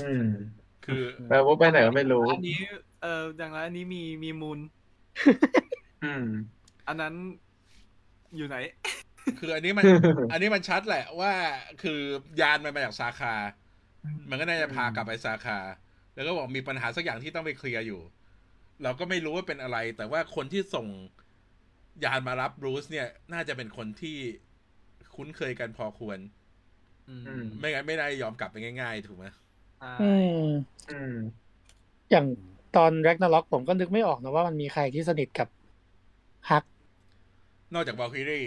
อืม
คือ
แปลว่าไปไหนก็ไม่รู้
อันนี้เอออย่างไรอันนี้มีมีมูล
อืม
อันนั้นอยู่ไหน
คืออันนี้มัน อันนี้มันชัดแหละว่าคือยานมันมาจากสาขา มันก็น่าจะพากลับไปสาขา แล้วก็บอกมีปัญหาสักอย่างที่ต้องไปเคลียร์อยู่ เราก็ไม่รู้ว่าเป็นอะไร แต่ว่าคนที่ส่งยานมารับบรูซเนี่ย น่าจะเป็นคนที่คุ้นเคยกันพอควร
อืม
อืม
ไม่งั้นไม่ได้ยอมกลับไปง่าย ๆ ถูกไหม
อ่า
อืม
อืม
อย่างตอนแร็กนาล็อกผมก็นึกไม่ออกนะว่ามันมีใครที่สนิทกับฮัก
นอกจากบอลคิรี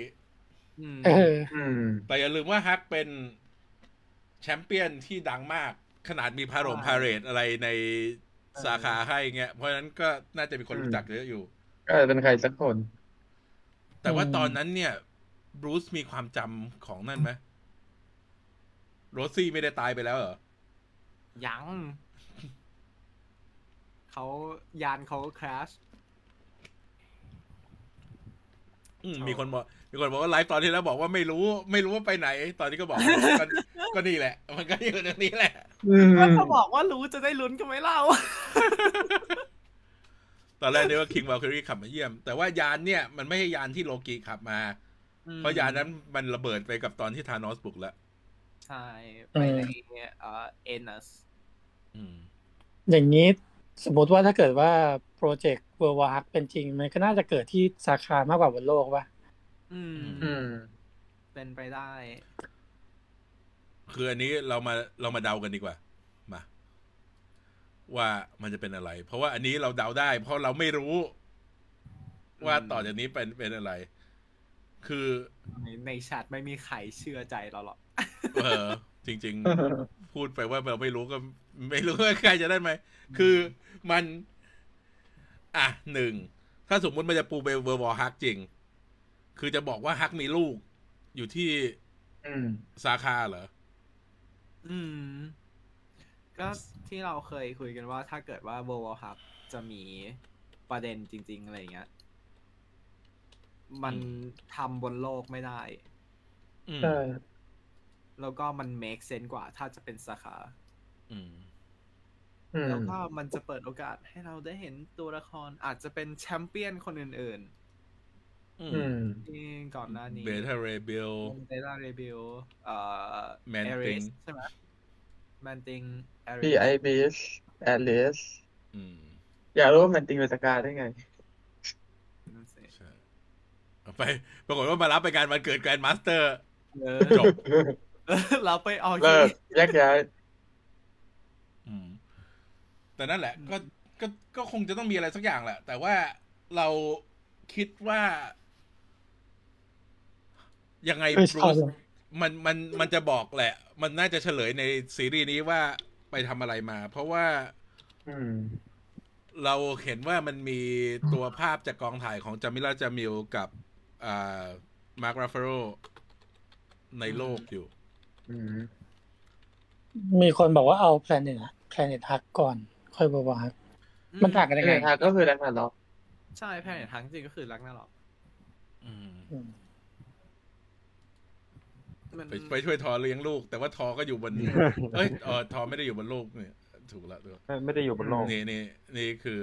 อืม
เออ
อืม
แต่อย่าลืมว่าฮักเป็นแชมเปี้ยนที่ดังมาก ขนาดมีพาโรงพาเรดอะไรในสาขาให้เงี้ย เพราะฉะนั้นก็น่าจะมีคนรู้จักเยอะอยู่
ก็อาจจะเป็นใครสักคน
แต่ว่า
อืม
ตอนนั้นเนี่ยบรูซมีความจำของนั่นไหมโรซี่ไม่ได้ตายไปแล้วเหรอ
ยังเขายานเขาคราช
อืม
อ๋อ
มีคนบอกมีคนบอกว่าไลฟ์ตอนที่แล้วบอกว่าไม่รู้ ไม่รู้ว่าไปไหน ตอนนี้ก็ บอก ก็ก็นี่แหละ มันก็อยู่ตรงนี้แหละ
อืม
ก็จะบอกว่ารู้จะได้ลุ้นกันไหมเล่า
ตอนแรกนึกว่าคิงวาลคิรีขับมาเยี่ยม แต่ว่ายานเนี่ยมันไม่ใช่ยานที่โลกีขับมา เพราะยานนั้นมันระเบิดไปกับตอนที่ธานอสบุกแล้ว
ใช่ไปในเอ่อเอนัส
อืม
อย่างนี้ สมมติว่าถ้าเกิดว่าโปรเจกต์เวอร์วาร์เป็นจริง มันก็น่าจะเกิดที่สาขามากกว่าบนโลกป่ะ
อืม
อื
อืม
เป็นไปได้
คืออันนี้เรามาเรามาเดากันดีกว่า มา ว่ามันจะเป็นอะไร เพราะว่าอันนี้เราเดาได้ เพราะเราไม่รู้ ว่าต่อจากนี้เป็นเป็นอะไร คือ
ในในแชทไม่มีใครเชื่อใจเราหรอก
เออ จริง ๆ พูดไปว่าเราไม่รู้ก็ ไม่รู้ว่าใครจะได้ไหม คือมัน อ่ะหนึ่ง ถ้าสมมุติมันจะปูไปเวอร์วอลฮักจริง คือจะบอกว่าฮักมีลูก อยู่ที่
อืม
ซาคาเหรอ
อืม ก็ที่เราเคยคุยกันว่าถ้าเกิดว่า World War Cup จะมีประเด็นจริง ๆ อะไรอย่างเงี้ย มัน
อื
ทำบนโลกไม่ได้
อืม
ใช่
แล้วก็มัน make sense กว่าถ้าจะเป็นสาขา
อืม
อื
แล้ว
ม
ก็มันจะเปิดโอกาสให้เราได้เห็นตัวละครอาจจะเป็นแชมเปี้ยนคนอื่น
อื
อื
ม
ม
ๆที่ก่อนหน้านี้
เบเทเรเบล
เบต้าเรบิวเอ่อ
Man
เอ
Thing
ใช่ไหมแมนติงเอริ
B I B S a l i c e
อืม
อยากรู้ว่ามันติงเป็นสกาได้ไง
นั่นสิ
ใช่เอาไป ปรากฏว่ามารับไปงานวันเกิดแกรนด์มาสเตอร์
เออ
จบ
เราไปออก
เลิก
ที่
แยกย้าย
อืม แต่นั่นแหละ
อืม
ก็ก็ก็คงจะต้องมีอะไรสักอย่างแหละ แต่ว่าเราคิดว่า ยังไง
เอ้ย
บรู
ใช่
ซมันมันมันจะบอกแหละ มันน่าจะเฉลยในซีรีส์นี้ว่าไปทำอะไรมา เพราะว่า
อืม
เราเห็นว่ามันมีตัวภาพจากกองถ่ายของจามิลาจามิลกับอ่ามาร์คราฟาโรในโลกอยู่
อืม
มีคนบอกว่าเอาแพลเน็ตแพลเน็ตฮักก่อน ค่อยเวอร์วาร์มันต่างกันยังไง
เอกทางก็คือแรงหนักล็อก
ใช่แพนเน็ตทั้งจริงก็คือรักน่าหรอก
อืม
อืม
มัน
ไปไปช่วยทอเลี้ยงลูก แต่ว่าทอก็อยู่บน เอ้ยเออทอไม่ได้อยู่บนโลกเนี่ย ถูกละถูกละ
ไม่ไม่ได้อยู่บนโลก
นี่นี่นี่คือ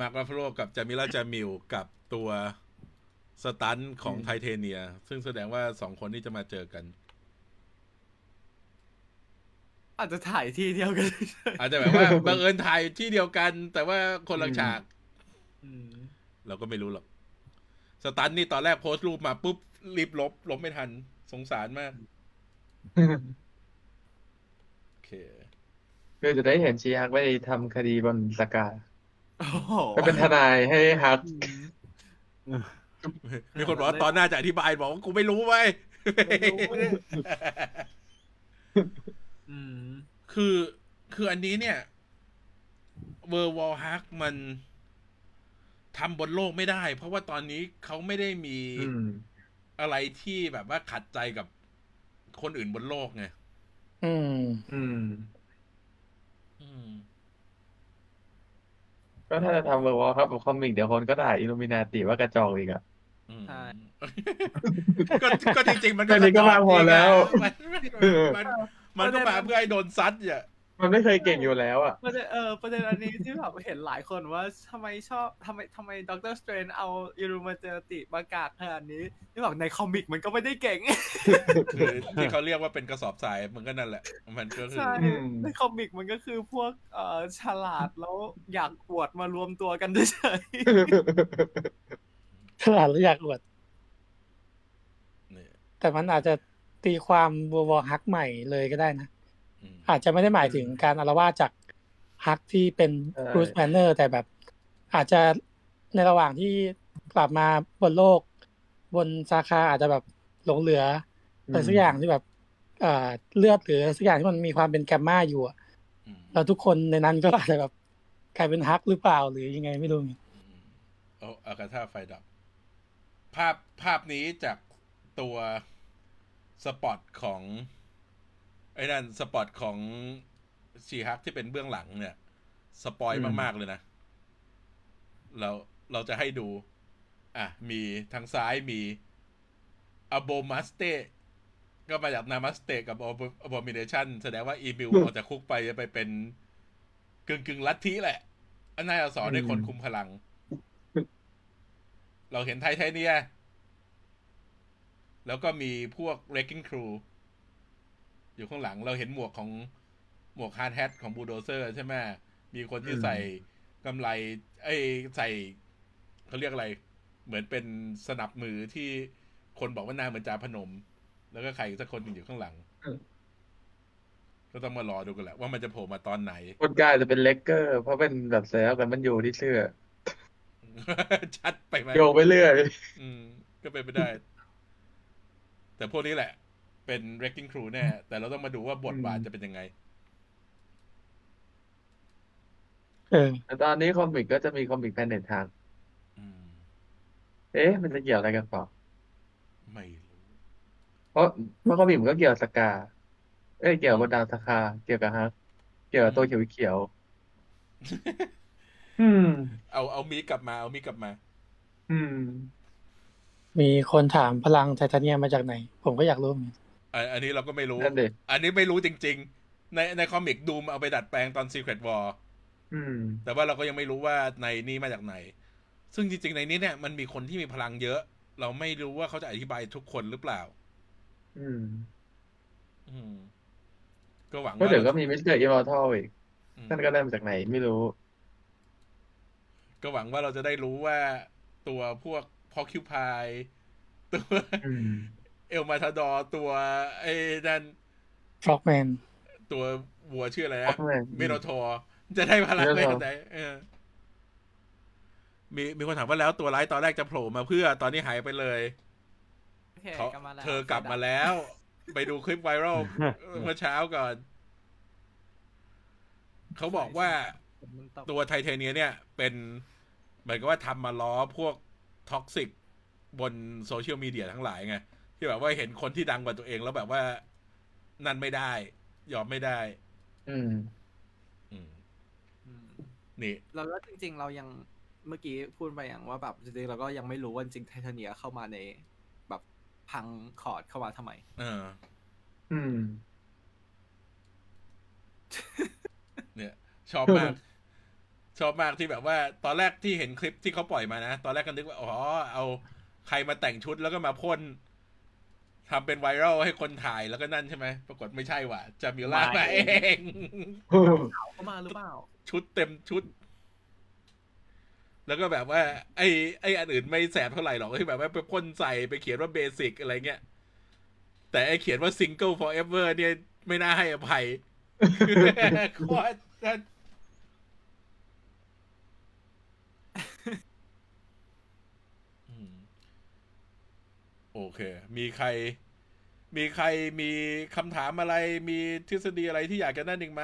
มาร์กราฟโลกับจามิล่าจามิลกับตัวสตันของไทเทเนีย ซึ่งแสดงว่าสองคนนี้จะมาเจอกัน
อาจจะถ่ายที่เดียวกันเฉย
อาจจะแบบว่า บังเอิญถ่ายที่เดียวกัน แต่ว่าคนละฉาก
ๆอืม
เราก็ไม่รู้หรอก สตันนี่ตอนแรกโพสต์รูปมาปุ๊บ รีบลบ ลบไม่ทัน สงสารมาก โอเค
คือจะได้เห็นชีฮักไปทำคดีบนสกา
โอ้โห
ไปเป็นทนายให้ฮัก
อืม
มีคนบอกว่าตอนหน้าจะอธิบายบอกว่ากูไม่รู้ไว้ย
อืม
คือคืออันนี้เนี่ยเวอร์วอลฮักมันทำบนโลกไม่ได้ เพราะว่าตอนนี้เขาไม่ได้มี
อืม
อะไรที่แบบว่าขัดใจกับคนอื่นบนโลกไง
อืม
อืม
อืม
ก็ถ้าจะทำเวอร์วอลครับกับคอมิกเดี๋ยวคนก็ด่าอิลูมินาติว่ากระจอกอีกอ่ะ
อืม ก็ก็จริงๆมัน
แค่นี้ก็มากพอแล้ว
มันมันมันก็มาเพื่อให้โดนซัดอ่ะ
มันไม่เคยเก่งอยู่แล้วอ่ะ
ประเด็นเออประเด็นอันนี้ที่แบบเห็นหลายคนว่าทำไมชอบทำไมทำไมด็อกเตอร์สเตรนเอาอิรูมาเจอติมากากขนาดนี้ที่บอกในคอมิกมันก็ไม่ได้เก่ง
คือที่เขาเรียกว่าเป็นกระสอบทรายมันก็นั่นแหละ มันก็คือ
ใช่
อืม
ในคอมิกมันก็คือพวกเอ่อฉลาดแล้วอยากอวดมารวมตัวกันเฉยๆ
ฉลาดหรืออยากอวด
เนี่ย
แต่มันอาจจะตีความเวอร์วาร์ฮักใหม่เลยก็ได้นะ
อืม
อาจจะไม่ได้หมายถึงการอารวาสจากฮักที่เป็น
เออ
บรูซแมนเนอร์ แต่แบบ อาจจะในระหว่างที่กลับมาบนโลก บนสาขาอาจจะแบบหลงเหลืออะไรสักอย่างที่แบบเอ่อเลือดหรืออะไรสักอย่างที่มันมีความเป็นแกมมาอยู่อะ
อืม
แล้วทุกคนในนั้นก็อาจจะแบบกลายเป็นฮักหรือเปล่าหรือยังไงไม่รู้
โอ้อากาธาไฟดับ ภาพภาพนี้จากตัวสปอตของ ไอ้นั่นสปอตของชีฮักที่เป็นเบื้องหลังเนี่ย สปอย
อืม
มาก ๆ เลยนะ เราเราจะให้ดู อ่ะ มีทางซ้ายมีอโบมัสเตก็มาจากนามัสเตกับอโบมิเนชันแสดงว่าอีบิวออกจากคุกไปจะไปเป็นกึ่งกึ่งๆลัทธิแหละ อันน่าจะสอนให้คนคุมพลัง เราเห็นไทเทเนีย แล้วก็มีพวก wrecking crew อยู่ข้างหลังเราเห็นหมวกของ หมวกฮาร์ดแฮทของบูลโดเซอร์ใช่ไหมมีคนที่
อืม
ใส่กำไร เอ้ยใส่เขาเรียกอะไร เหมือนเป็นสนับมือที่คนบอกว่าหน้าเหมือนจ่าพนม แล้วก็ใครสักคนหนึ่งอยู่ข้างหลัง ก็ต้องมารอดูกันแหละว่ามันจะโผล่มาตอนไหน
คนกล้าจะเป็นเลกเกอร์ เพราะเป็นแบบแสบแต่มันอยู่ที่เสื้อ
ชัดไปไหม
โยงไปเรื่อย
อืม ก็เป็นไปได้ แต่พวกนี้แหละ เป็น wrecking crew แน่ แต่เราต้องมาดูว่าบทบาท
อืม
จะเป็นยังไง
เออ
แต่ตอนนี้คอมิกก็จะมีคอมิกแพนเน็ตทาง
อืม
เอ๊ะ มันจะเกี่ยวอะไรกันเปล่า
ไม่รู้
เพราะเมื่อคอมิกมันก็เกี่ยวสกา เอ้ยเกี่ยวกับดาวสกาเกี่ยวกับฮักเกี่ยวกับตัวเขียวเขียวๆอืม
เอาเอามีกลับมา เอามีกลับมา
อืม
มีคนถามพลังไทเทเนียมมาจากไหน ผมก็อยากรู้เหมือนกัน
อันอันนี้เราก็ไม่รู้
นั่นเด็ก
อันนี้ไม่รู้จริง ๆ ในในคอมิกดูมเอาไปดัดแปลงตอน Secret War
อืม
แต่ว่าเราก็ยังไม่รู้ว่าในนี้มาจากไหน ซึ่งจริง ๆ ในนี้เนี่ยมันมีคนที่มีพลังเยอะ เราไม่รู้ว่าเขาจะอธิบายทุกคนหรือเปล่า
อืม
อืม ก็หวัง
เพราะ
ว่า
เดี๋ยวก็มีมิสเตอร์อิมมอร์ทัลอีก
อืม
นั่นก็ได้มาจากไหนไม่รู้
ก็หวังว่าเราจะได้รู้ว่าตัวพวกพอคิวพายตัว
อืม
เอลมาทาดอร์ตัวไอ้นั่น
ฟล็อกแมน
ตัววัวชื่ออะไรนะ
Frogman
เมโนทอร์จะได้พลังได้
Minotaur
ไหนเออมีมีคนถามว่าแล้วตัวร้ายตอนแรกจะโผล่มาเพื่อตอนนี้หายไปเลย
โอเค
เขา
กลับมาแล้ว
เธอกลับมาแล้ว ไปดูคลิปไวรัลเมื่อเช้าก่อน เขาบอกว่า
มันตก
ตัวไทเทเนียเนี่ยเป็นเหมือนกับว่าทำมาล้อพวกท็อกซิกบนโซเชียลมีเดียทั้งหลายไง ที่แบบว่าเห็นคนที่ดังกว่าตัวเองแล้วแบบว่า นั่นไม่ได้ ยอมไม่ได้
อืม
อืม
อืม
นี่
เราแล้วจริงๆ เรายังเมื่อกี้พูดไปอย่างว่าแบบจริงๆเราก็ยังไม่รู้ว่าจริงไทเทเนียเข้ามาในแบบพังคอร์ดเข้ามาทำไม
เออ
อืม
เนี่ย ชอบมาก ชอบมากที่แบบว่า ตอนแรกที่เห็นคลิปที่เขาปล่อยมานะ ตอนแรกก็นึกว่า อ๋อ เอาใครมาแต่งชุดแล้วก็มาพ่นทำเป็นไวรัลให้คนถ่ายแล้วก็นั่นใช่ไหม ปรากฏไม่ใช่ว่ะจามิลล่ามาเอง
เข้ามาหรือเปล่า
ชุดเต็มชุด แล้วก็แบบว่า ไอ้ไอ้อันอื่นไม่แสบเท่าไหร่หรอกที่แบบว่าไปพ่นใส่ไปเขียนว่าเบสิกอะไรเงี้ย แต่ไอ้เขียนว่า single forever เนี่ยไม่น่าให้อภัย โคตรจะ อืมโอเค มีใคร มีใครมีคำถามอะไร มีทฤษฎีอะไรที่อยากจะนั่นอีกไหม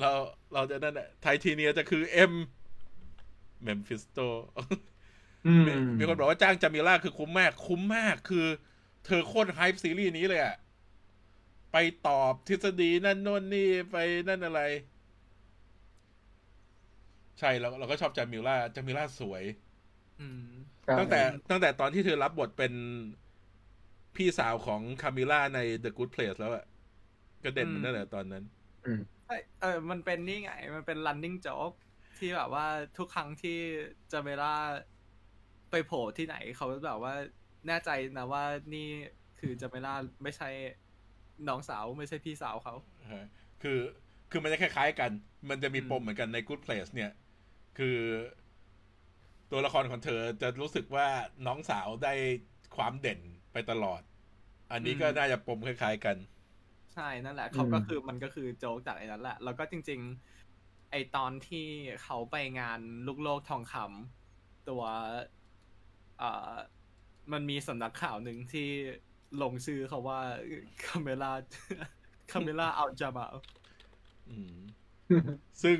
เราเราจะนั่นแหละไทเทเนียจะคือเอ็มเมมฟิสโต
อืม
มี คนบอกว่าจ้างจามิล่าคือคุ้มมาก คุ้มมากคือเธอโคตรไฮป์ซีรีส์นี้เลยอะไปตอบทฤษฎีนั่นโน่นนี่ไปนั่นอะไร ใช่เราเราก็ชอบจามิล่าจามิล่าสวย
อืม
ตั้งแต่ตั้งแต่ตอนที่เธอรับบทเป็นพี่สาวของคามิล่าใน The Good Place แล้วอะก็เด่น
อืม
นั่นแหละตอนนั้น
เอ้ยเออมันเป็นนี่ไง มันเป็น running joke ที่แบบว่าทุกครั้งที่จาเมล่าไปโผล่ที่ไหนเขาแบบว่าแน่ใจนะว่านี่คือจาเมล่าไม่ใช่น้องสาวไม่ใช่พี่สาวเขา
ฮะคือคือมันจะคล้ายๆกัน มันจะมี
อืม
ปมเหมือนกันใน Good Place เนี่ย คือตัวละครของเธอจะรู้สึกว่าน้องสาวได้ความเด่นไปตลอด อันนี้ก็น่าจะปมคล้ายๆกัน
ใช่นั่นแหละเขา
อืม
ก็คือมันก็คือโจ๊กจากไอ้นั้นแหละ แล้วก็จริง ๆ ไอตอนที่เขาไปงานลูกโลกทองคำตัว เอ่อมันมีสำนักข่าวหนึ่งที่ ลงชื่อเขาว่าคาเมล่าคาเมล่าอัลจามา
อื ม ซึ่ง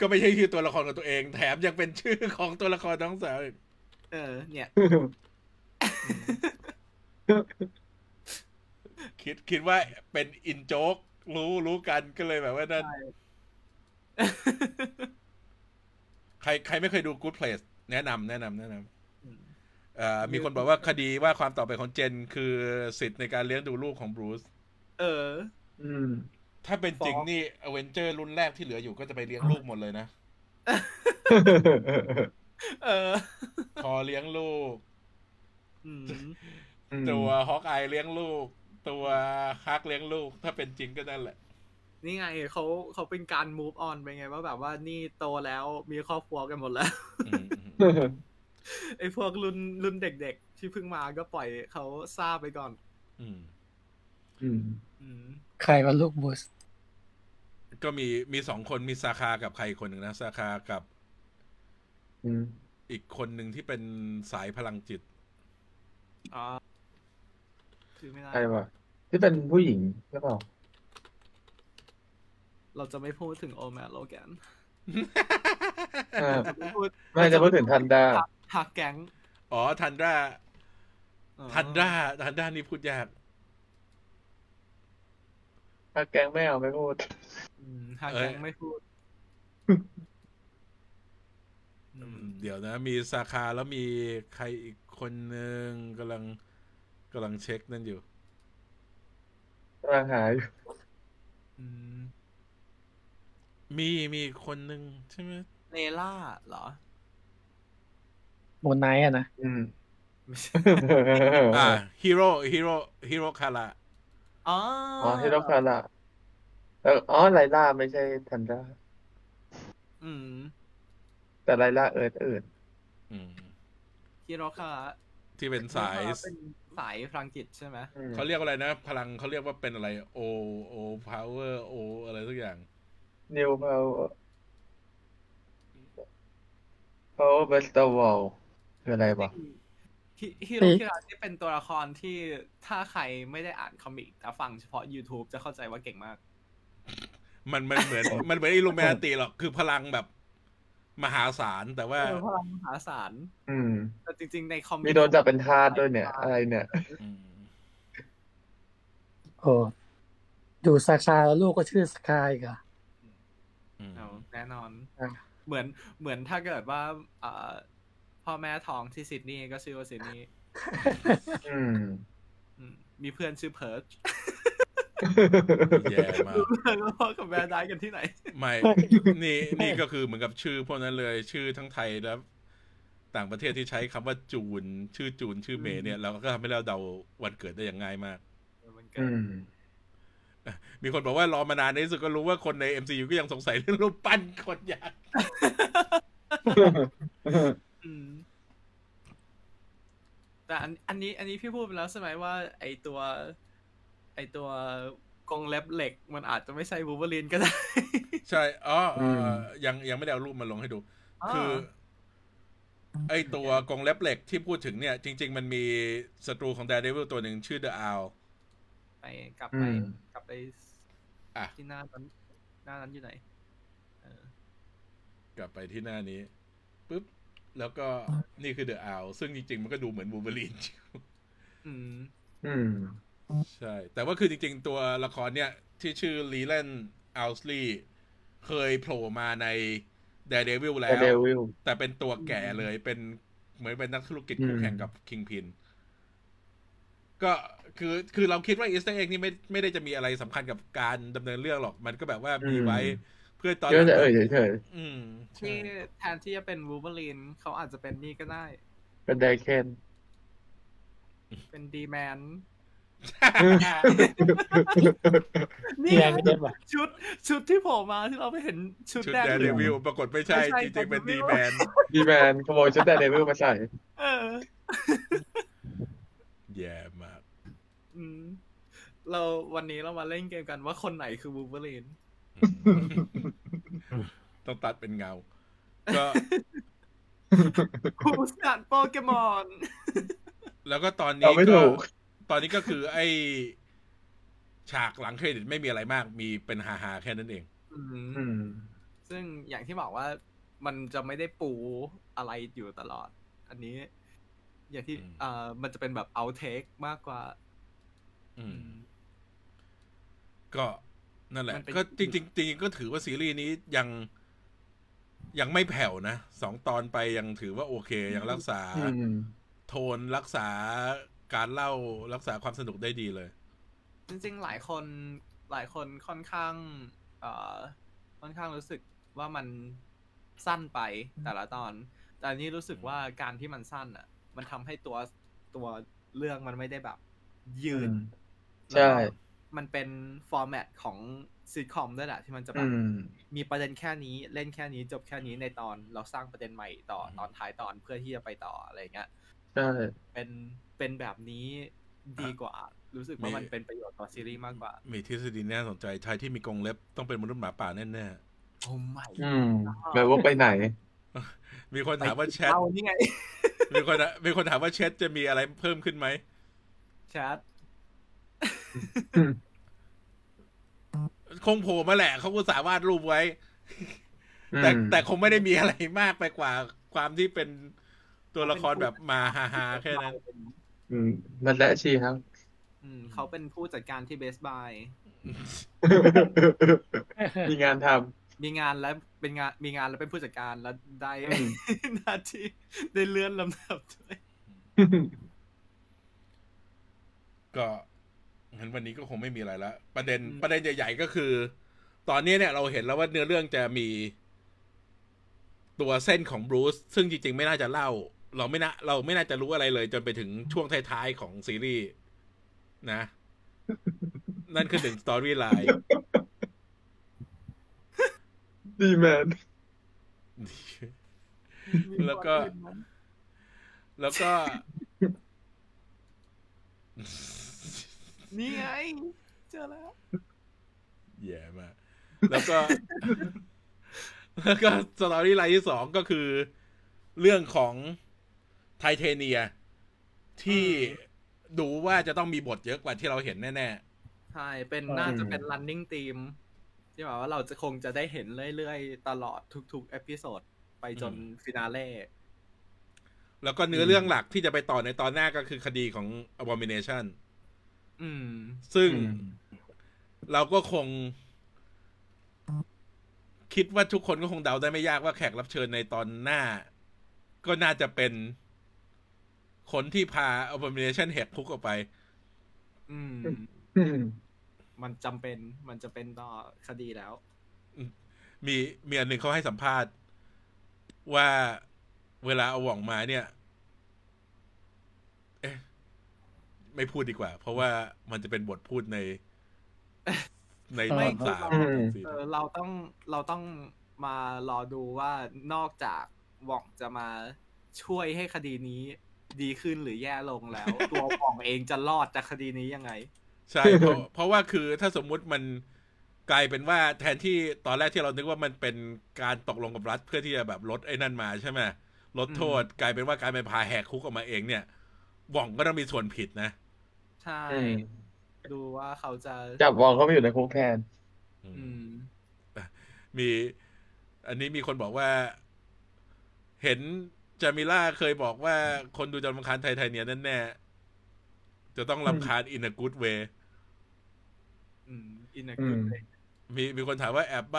ก็ไม่ใช่ชื่อตัวละครของตัวเอง แถมยังเป็นชื่อของตัวละครน้องสาวอีก
เออ เนี่ย
คิดคิดว่าเป็นอินโจ๊กรู้รู้กันก็เลยแบบว่านั่น
ใช่
ใครใครไม่เคยดู Good Place แนะนำแนะนำแนะนำ
อืม
เอ่อมีคนบอกว่าคดีว่าความต่อไปของเจนคือสิทธิ์ในการเลี้ยงดูลูกของบรูซ
เออ
อืม
ถ้าเป็นจริง
ฟ้อง
นี่อเวนเจอร์รุ่นแรกที่เหลืออยู่ก็จะไปเลี้ยงลูกหมดเลยนะ
เออ
พอเลี้ยงลูก
อืม
ตัวฮอกอายเลี้ยงลูก ตัวฮักเลี้ยงลูก ถ้าเป็นจริงก็นั่นแหละ
นี่ไงเขาเขาเป็นการ move on ไปไงว่าแบบว่านี่โตแล้วมีครอบครัวกันหมดแล้ว
อืมอืมอืม
ไอ้พวกรุ่นรุ่นเด็กๆ ที่เพิ่งมาก็ปล่อยเขาซาไปก่อน
อืม
อืม
อืม
ใครว่าลูกบูส
ก็มีมีสองคนมีซาคากับใครอีกคนหนึ่งนะซาคากับ
อืม
อีกคนหนึ่งที่เป็นสายพลังจิต
อ๋อคือไม่ได้
ใครวะที่เป็นผู้หญิงหรือเปล่า
เราจะไม่พูดถึงโอแมทโลแกน
อ่า
จะไม่พูด
ไม่จะพูดถึงทัน ดา
หักแก๊ง
อ๋อทันด้า
อ๋อ
ทันด้าทันด้านี่พูดยาก
ถ้าแกงไม่เอาไม่พูด
อืมหักแก๊ง
เอ้ย
ไม่พูดอืม
เดี๋ยวนะ มีสาขาแล้วมีใครอีกคนหนึ่งกำลังกำลังเช็คนั่นอยู่
ร่างหาย
อืม
มีมีอีกคนหนึ่งใช่ไหม
เนล่าเหรอ
มูนไนท์อะนะ
อืม
ไม่ใช่
อ่าฮีโร่ฮีโร่ฮีโร่คาระ
อ๋อ
อ๋อที่ต้องการละเอออ๋อไลล่าไม่ใช่ทันดา
อืม
แต่ไลล่าเอิร์ดเอิร์ด
อืม
ฮิโรคาระ
ที่เป็นสาย
ฮิโรคระเป็นสายพลังจิตใช่ไหม
เขาเรียกว่าอะไรนะ พลังเขาเรียกว่าเป็นอะไรโอโอพาวเวอร์โออะไรทุกอย่าง
นิวพาวพาวเบสตอวอลคืออะไรวะ
ฮิฮิโรคาระที่เป็นตัวละครที่ถ้าใครไม่ได้อ่านคอมิกแต่ฟังเฉพาะ YouTube จะเข้าใจว่าเก่งมาก
มันมันเหมือน มันเหมือนอิลูเมติหรอก คือพลังแบบมหาศาลแต่ว่า
เออพลังมหาศาล
อืม
แต่จริง ๆ ในคอม
มีโดนจับเป็นทาสด้วยเนี่ย อะไรเนี่ย
อืม
โอ้ดูสาคาแล้วลูกก็ชื่อสกายอีกเหรอ
อืม
เอาแน่นอน
อ่ะ
เหมือนเหมือนถ้าเกิดว่าเอ่อพ่อแม่ท้องที่ซิดนีย์ก็ชื่อว่าซิดนีย์
อืม
อืมมีเพื่อนชื่อเพิร์ช
แย่มาก
แล้วพ่อกับแม่ได้กันที่ไหน
ไม่ นี่นี่ก็คือเหมือนกับชื่อพวกนั้นเลยชื่อทั้งไทยและต่างประเทศที่ใช้คำว่าจูน ชื่อจูนชื่อเมย์เนี่ยเราก็ทำให้เราเดาวันเกิดได้อย่างง่ายมาก
มันเกิ
อื
ด
ม
มีคนบอกว่ารอมานานในที่สุดก็รู้ว่าคนใน MCU ก็ยังสงสัยเรื่องรูปปั้นคนอยาก
อืมแต่อันอันนี้ อันนี้พี่พูดไปแล้วใช่ไหมว่า ไอตัว ไอตัวกรงเล็บเหล็ก มันอาจจะไม่ใช่บูเบอรีนก็ได้
ใช่อ๋อเอ่ออ
ม
ยังยังไม่ได้เอารูปมาลงให้ดู คืออไอตัวกรงเล็บเหล็กที่พูดถึงเนี่ย จริง ๆ มันมีศัตรูของแดร์เดวิลตัวหนึ่งชื่อเดอะอาว
ไปกลับ
อื
ไป
ม
กลับไป
อ่ะ
ที่หน้านั้นหน้านั้นอยู่ไหน เออก
ลับไปที่หน้านี้ปุ๊บ แล้วก็นี่คือเดอะอาวซึ่งจริง ๆ มันก็ดูเหมือนบูเบลีน
อืม
อืม
ใช่ แต่ว่าคือจริง ๆ ตัวละครเนี่ย ที่ชื่อลีแลนอัลสลีเคยโผล่มาใน d a r e d e v i l แล้ว
แต่เดวิล
แต่เป็นตัวแก่เลย เป็นเหมือนเป็นนักธุรกิจคู่
อืม
แข่งกับคิงพิน ก็คือคือเราคิดว่าอีส t ต r e เอ็กนี่ไม่ไม่ได้จะมีอะไรสำคัญกับการดำเนินเรื่องหรอก มันก็แบบว่ามีไว้เพื่อตอน
เยอะแต่เอ่ยเฉย
อืมใช่
ที่แทนที่จะเป็นวูเบอรีนเขาอาจจะเป็นนี่ก็ได้
ๆเป็นไดเคน
เป็นดีแมน
ที่แรงไม่เด็บอ่ะ
ชุดชุดที่โผล่มาที่เราไปเห็นชุด
ชุด
แดง
แด
Daredevil
เดวิลปรากฏไม่ใช่
ไม่ใช่
จริงๆเป็น
Daredevil
ดีแมน
ดีแมนขโมยชุดแต่เดวิลมาใส่
เออ
แย่มาก
อืม เราวันนี้เรามาเล่นเกมกันว่าคนไหนคือวูเบอรีน
ต้องตัดเป็นเงา ก็
คูสันโปเกมอน
แล้วก็ตอนนี้
เราไม่
ก็
ถูก
ตอนนี้ก็คือไอฉากหลังเครดิตไม่มีอะไรมาก มีเป็นฮาฮาๆแค่นั้นเอง
อื
อื
ม
ม
ซึ่งอย่างที่บอกว่ามันจะไม่ได้ปูอะไรอยู่ตลอด อันนี้ อย่างที่
อืม
เอ่อมันจะเป็นแบบเอาเทคมากกว่า
อืม ก็นั่นแหละ
มันเป็น
ก็จริงๆจริงๆก็ถือว่าซีรีส์นี้ยังยังไม่แผ่วนะสองตอนไปยังถือว่าโอเค ยังรักษา
อืม
โทนรักษาการเล่ารักษาความสนุกได้ดีเลย
จริงๆ หลายคนหลายคนค่อนข้าง เอ่อ ค่อนข้างรู้สึกว่ามันสั้นไปแต่ละตอน แต่อันนี้รู้สึกว่าการที่มันสั้นอ่ะ มันทำให้ตัวตัวเรื่องมันไม่ได้แบบยื
อื
น
ม
แล้วก็
ใช่
มันเป็นฟอร์แมตของซีคอมด้วยแหละที่มันจะแบ
อื
บ
ม
มีประเด็นแค่นี้เล่นแค่นี้จบแค่นี้ในตอนเราสร้างประเด็นใหม่ต่อตอนท้ายตอนเพื่อที่จะไปต่ออะไรเงี้ย
ใช่
เป็นเป็นแบบนี้ดีกว่า รู้สึกว่ามัน
มี
เป็นประโยชน์ต่อซีรีส์มากกว่า
มีทฤษฎีน่าสนใจชายที่มีกรงเล็บต้องเป็นมนุษย์หมาป่าแน่
โอ้ไม่
อืมแปลว่าไปไหน
ๆมีคนถามว่าแชท
เอานี่ไง
มีคนมีคนถามว่าแชทจะมีอะไรเพิ่มขึ้นไหม
แชท
คงโผล่มาแหละเขาก็สามารถรูปไว้
อืม
แต่แต่คงไม่ได้มีอะไรมากไปกว่าความที่เป็นตัวละครแบบมาฮาฮาๆแค่นั้น
อืมนั่นแหละชีครับ
อืมเขาเป็นผู้จัดการที่เบสบาย
มีงานท
มีงานและเป็นงานมีงานแล้วเป็นผู้จัดการแล้วได้
ำอืม
หน้าที่ได้เลื่อนลำดับด้วย
ก็งั้นวันนี้ก็คงไม่มีอะไรละประเด็นประเด็นใหญ่ ๆ ก็คือ ตอนนี้เนี่ยเราเห็นแล้วว่าเนื้อเรื่องจะมี ตัวเส้นของบรูซซึ่งจริง ๆ ไม่น่าจะเล่า เราไม่น่าเราไม่น่าจะรู้อะไรเลยจนไปถึงช่วงท้ายๆของซีรีส์นะ นั่นคือหนึ่งสตอรี่ไล น์
ดีแมน
แล้วก็ แล้วก็
นี่ไง เจอแล้ว
แย่มาก แล้วก็ แล้วก็สตอรี่ไลน์ที่สองก็คือ เรื่องของไทเทเนีย ที่ดูว่าจะต้องมีบทเยอะกว่าที่เราเห็นแน่
ใช่ เป็น
อืม
น่าจะเป็น running team ที่หมายว่าเราจะคงจะได้เห็นเรื่อยๆ ตลอดทุกๆ เอพิโซดไปจน
อืม
ฟินาเล่
ๆ แล้วก็เนื้อเรื่องหลักที่จะไปต่อในตอนหน้าก็คือคดีของ abomination
อืม
ซึ่ง
อืม
เราก็คง คิดว่าทุกคนก็คงเดาได้ไม่ยากว่าแขกรับเชิญในตอนหน้า ก็น่าจะเป็นคนที่พา abomination แหกคุกออกไป
อืม
อืม
มันจำเป็นมันจะเป็นต่อคดีแล้ว
มีมีอันหนึ่งเขาให้สัมภาษณ์ ว่าเวลาเอาหว่องมาเนี่ย เอ๊ะ ไม่พูดดีกว่า เพราะว่ามันจะเป็นบทพูดใน ในตอนสามตอนสี่
เออเราต้องเราต้องมารอดูว่านอกจากหว่องจะมาช่วยให้คดีนี้ดีขึ้นหรือแย่ลง แล้ว ตัวหว่องเองจะรอดจากคดีนี้ยังไง
ใช่ เพราะเพราะว่าคือถ้าสมมุติมันกลายเป็นว่าแทนที่ตอนแรกที่เรานึกว่ามันเป็นการตกลงกับรัฐเพื่อที่จะแบบลดไอ้นั่นมาใช่ไหมลดโทษ กลายเป็นว่ากลายเป็นพาแหกคุกออกมาเองเนี่ยหว่องก็ต้องมีส่วนผิดนะ
ใช่ ดูว่าเขาจะ
จับวองเข้าไปอยู่ในคุกแทน
อืม
มีอันนี้มีคนบอกว่า เห็นจามิล่าเคยบอกว่าคนดูจำรำคาญไทยไทยเนียแน่ๆจะต้องรำคาญอิน a g กูดเว
อืมอินเนอร์
อื
กู
ม
ด
มีมีคนถามว่าแอบใบ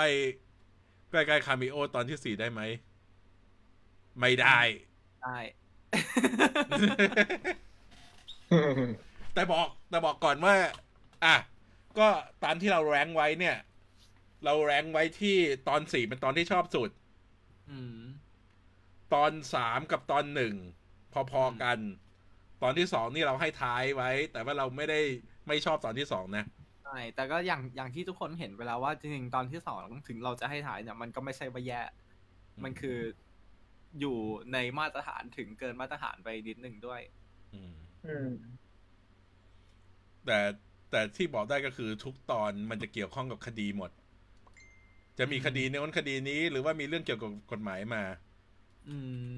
ใกล้ๆคาเมิโอตอนที่สี่ได้ไหม ไม่ได้
ได้
แต่บอกแต่บอกก่อนว่า อ่ะ ก็ตามที่เราแรงไว้เนี่ย เราแรงไว้ที่ตอนสี่เป็นตอนที่ชอบสุด
อืม
ตอนสามกับตอนหนึ่งพอๆกัน ตอนที่สองนี่เราให้ท้ายไว้ แต่ว่าเราไม่ได้ไม่ชอบตอนที่สองนะ
ใช่ แต่ก็อย่างอย่างที่ทุกคนเห็นไปแล้วว่าจริงๆ ตอนที่สองถึงเราจะให้ถ่ายเนี่ยมันก็ไม่ใช่ว่าแย่
อืม
มันคืออยู่ในมาตรฐานถึงเกินมาตรฐานไปนิดหนึ่งด้วย
อืม
แต่แต่ที่บอกได้ก็คือทุกตอนมันจะเกี่ยวข้องกับคดีหมด จะมีคดีโน้นคดีนี้ หรือว่ามีเรื่องเกี่ยวกับกฎหมายมา
อืม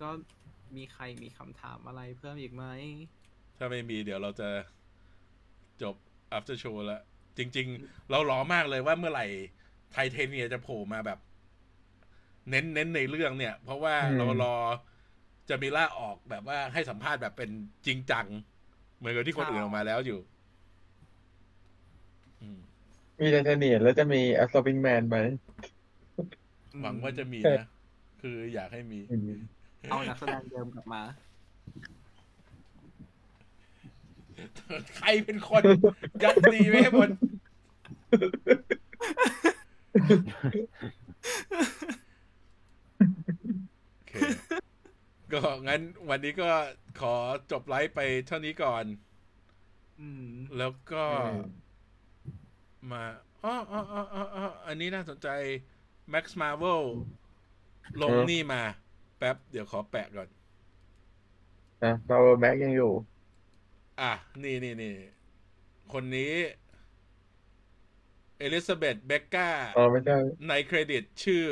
ก็มีใครมีคำถามอะไรเพิ่มอีกไหม
ถ้าไม่มีเดี๋ยวเราจะจบ after show ละจริง ๆ เรารอมากเลยว่าเมื่อไหร่ไทเทเนียจะโผล่มาแบบ เน้นเน้นในเรื่องเนี่ย เพราะว่า
อืม
เรารอจะมีล่าออกแบบว่าให้สัมภาษณ์แบบเป็นจริงจัง เหมือนกับที่คนอื่นออกมาแล้วอยู่ อืม
มีไทเทเนียแล้วจะมีแอสโซบิงแมนไหม
หวังว่าจะมี
เออ
นะ คืออยากให้มี
อืม
เอานักแสดงเดิมกลับมา
ใครเป็นคน ยัดดีไม่ให้บนโอเค ก็งั้นวันนี้ก็ขอจบไลฟ์ไปเท่านี้ก่อน
อืม
แล้วก็
อืม
มาอ๋ออ๋ออ๋ออ๋ออ๋ออันนี้น่าสนใจ Max Marvel ลงนี่มา แป๊บ เดี๋ยวขอแปะก่อน
นะเราแบ็กยังอยู่
อ่ะ นี่นี่นี่ คนนี้ เอลิซาเบธเบกกา
อ๋อไม่ใช่
ในเครดิตชื่อ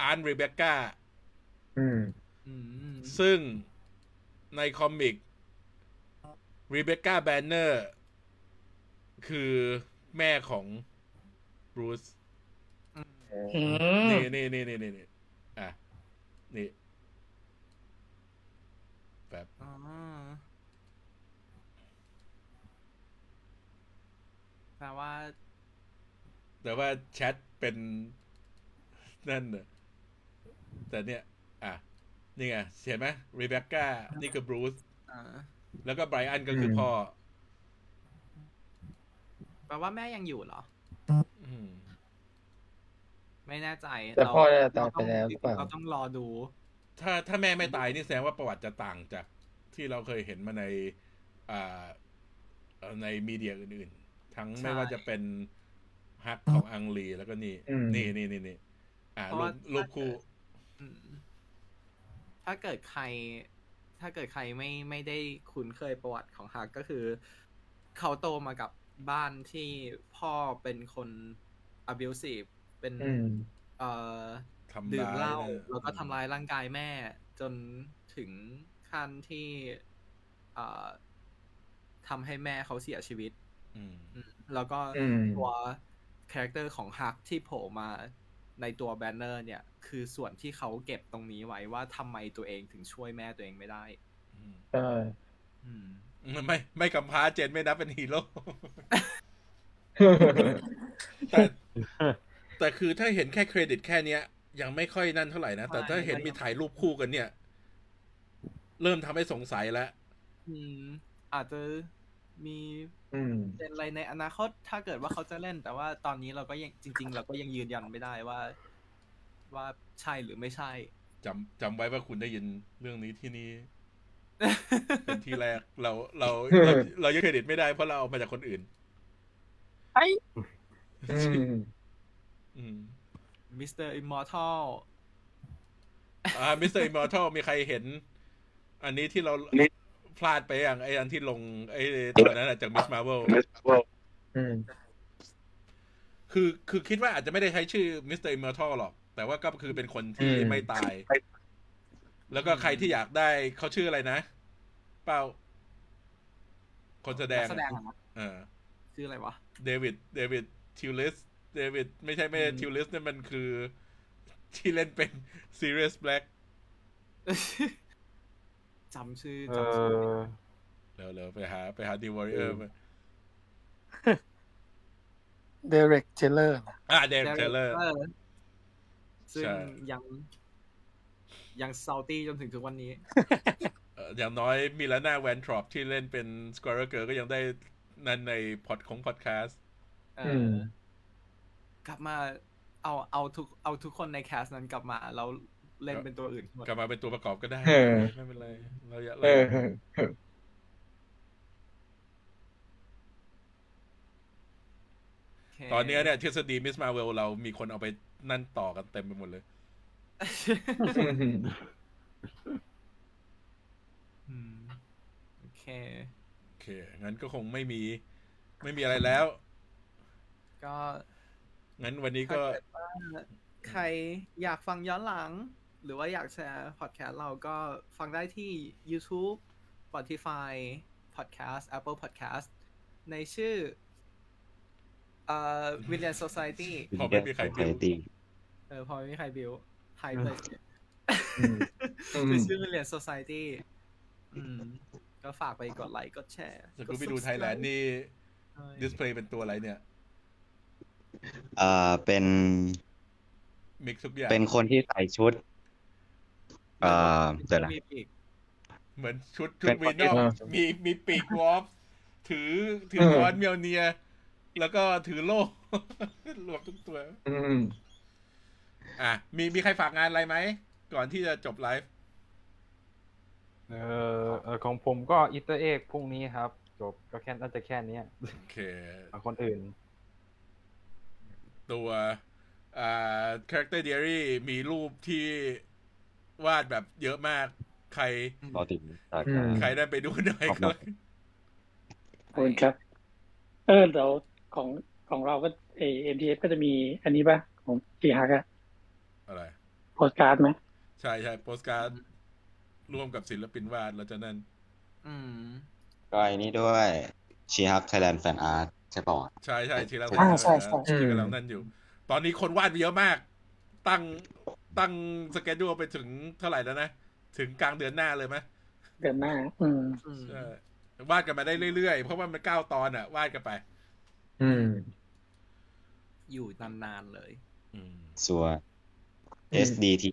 อาร์นรีเบกกา
อืม
อืม
ซึ่งในคอมิกรีเบ c ก้าแบนเนอร์คือแม่ของบรูซ
อืม
นี่นี่นี่นี่นี่นี่อ่ะ นี่แบบ
อ๋อ แปลว่า
แต่ว่าแชทเป็น นั่นเนอะแต่เนี่ย อ่ะ นี่ไงเห็นไหมรีเบ c ก้านี่คือบรูซ
อ่า
แล้วก็ไบรอันก็คืออ
ม
พ่อ
แปลว่าแม่ยังอยู่เหรอ
อืม
ไม่แน่ใจ
แต่
เรา
พ่อน่าจะตาย
เร
ไป
อง
แล้วหรือเปล่า
เราต้องรอดู
ถ้าถ้าแม่ไม่ตายนี่แสดงว่าประวัติจะต่างจากที่เราเคยเห็นมาใน อ่าเอ่อในมีเดียอื่นๆ ทั้ง
ใช่
ไม่ว่าจะเป็นฮักของอังลีแล้วก็นี่
อืม
นี่นี่นี่นี่อ่า
เพราะ
รู
ว่า
ปรูป
ถ้าเกิด
คู่
อืมถ้าเกิดใคร ถ้าเกิดใครไม่ไม่ได้คุ้นเคยประวัติของฮักก็คือ เขาโตมากับบ้านที่พ่อเป็นคน abusive เป็น
อืม
เอ่อ
ทำ
ดื่ม
ร้าย
เหล้า
เออ
แล้วก็
อืม
ทำร้ายร่างกายแม่ จนถึงขั้นที่เอ่อทำให้แม่เขาเสียชีวิต
อืม
แล้วก็
อืม
ตัวคาแรคเตอร์ของฮักที่โผล่มาในตัวแบนเนอร์เนี่ย คือส่วนที่เขาเก็บตรงนี้ไว้ว่าทำไมตัวเองถึงช่วยแม่ตัวเองไม่ได้
อืม
ใช่
อืม
ไม่ไม่กำพร้าเจนไม่นับเป็นฮีโร่ แต่แต่คือถ้าเห็นแค่เครดิตแค่เนี้ย ยังไม่ค่อยนั่นเท่าไหร่นะ แต่
ใช่
ถ้าเห็นมีถ่ายรูปคู่กันเนี่ย เริ่มทำให้สงสัยแล้ว
อืมอาจจะมี
อืม
เป็นอะไรในอนาคตถ้าเกิดว่าเขาจะเล่น แต่ว่าตอนนี้เราก็ยังจริง ๆ เราก็ยังยืนยันไม่ได้ว่า ว่าใช่หรือไม่ใช่
จำจำไว้ว่าคุณได้ยินเรื่องนี้ที่นี่ เป็นที่แรกเราเราเราเรายังเครดิตไม่ได้เพราะเราเอามาจากคนอื่น
ไอ้
อืม
อืม
มิสเตอร์อิมมอร์ทัล
อ่ามิสเตอร์อิมอร์ทัลมีใครเห็น อันนี้ที่เรา
นี่
พลาดไปอย่างไออันที่ลงไอตัวนั้นอะจากมิสมาเวล
อืม
คือคือคิดว่าอาจจะไม่ได้ใช้ชื่อมิสเตอร์อิมอร์ทัลหรอก แต่ว่าก็คือเป็นคนที่
อืม
ไม่ตาย แล้วก็ใครที่อยากได้เขาชื่ออะไรนะ เปล่า คนแสดง
แสดง
อะ
อะนะ
เออ
ชื่ออะไรวะ
เดวิด เดวิด ทิวลิส เดวิด ไม่ใช่ไม่ใช่
อืม
ทิวลิสนั่นมันคือ ที่เล่นเป็น Serious Black
จำชื่อ
เอ
จำชื่อ
อ
เร็วๆไปหา ไปหา The Warrior มา
เดเร็กเจเลอร์
อ่าเดน
แจ็ค
เทเลอร์
เออซึ่ง
ใช่
ยังยังเซาตี้จนถึงทุกวันนี้
อย่างน้อยมิลาน่าแวนทรอปที่เล่นเป็น Squirrel Girl ก็ยังได้นั่นในพอดของพอดแคสต์
เออ
อืม
อ กลับมาเอาเอาทุกเอาทุกคนในแคสนั้นกลับมาแล้วเล่นเป็นตัวอื่นหมด
กลับมาเป็นตัวประกอบก็ได้
เออ
ไม่เป็นไร เราอย่าเ
เอ
รา
อ
โค
ตอนเนี้ยเนี่ยทฤษฎีมิสมาเวลเรามีคนเอาไปนั่นต่อกันเต็มไปหมดเลย
อืมโอเค
โอเค งั้นก็คงไม่มี ไม่มีอะไรแล้ว
ก็
งั้นวันนี้
ถ้า
ก็
เกิดว่าใครอยากฟังย้อนหลัง หรือว่าอยากแชร์พอดแคสต์เราก็ฟังได้ที่ YouTube Spotify Podcast Apple Podcast ในชื่อเอ่อ William Society
พอไม่มีใครบิว
ตี
เออพอไม่มีใครบิวไฮเลย
อืม อืม
คือชื่อ Million Society อืม ก็ฝากไปกดไลค์กดแชร์
สกูปไปดูไทยแลนด์นี่ดิสเพลย์เป็นตัวอะไรเนี่ย
เอ่อเป็น
มิกทุกอย่าง
เป็นคนที่ใส่ชุด เอ่อเดี๋ยวนะ
มีอีก
เหมือนชุดชุ
เป็
ด
น
วีนอล
คนที่
มีมีปีกวอล์ฟถือถือค้อนเมียวเนีย แล้วก็ถือโล่ รวมทุกตัว
อืม
อ่ะ มีมีใครฝากงานอะไรไหม ก่อนที่จะจบไลฟ์
เออเอ่อของผมก็อิตเตอร์เอกพรุ่งนี้ครับ จบก็แค่น่าจะแค่เนี้ย
โอเค
เอาคนอื่น
ตัวอ่า character diary มีรูปที่วาดแบบเยอะมาก ใคร
รอติดตาม
อืม
ใครได้ไปดูหน่อย
ครับ
ก็
ขอบคุณครับ เออเราของของเราก็เอ็มดีเอฟก็จะมีอันนี้ป่ะ ของชีฮักอะ
อะไร
โพสการ์ดไหม
ใช่ใช่โปสการ์ดร่วมกับศิลปินวาดแล้วจากนั้น
อืม
ก็ไอ้นี่ด้วยชีฮับไทยแลนด์แฟนอาร์ตใช่ป่ะ
ใช่ใช่ที่เรา
อ่า
ใช่ใช่
ที่กำลังนั่นอยู่ ตอนนี้คนวาดไปเยอะมาก ตั้งตั้งสเกจดูไปถึงเท่าไหร่แล้วนะ ถึงกลางเดือนหน้าเลยไหม
เดือนหน้า อืม
อืม
ใช่วาดกันมาได้เรื่อยๆ เพราะว่ามันเก้าตอนอ่ะ วาดกันไป
อืม
อยู่นานๆเลย
อืม
ส่วน
อืม
SDT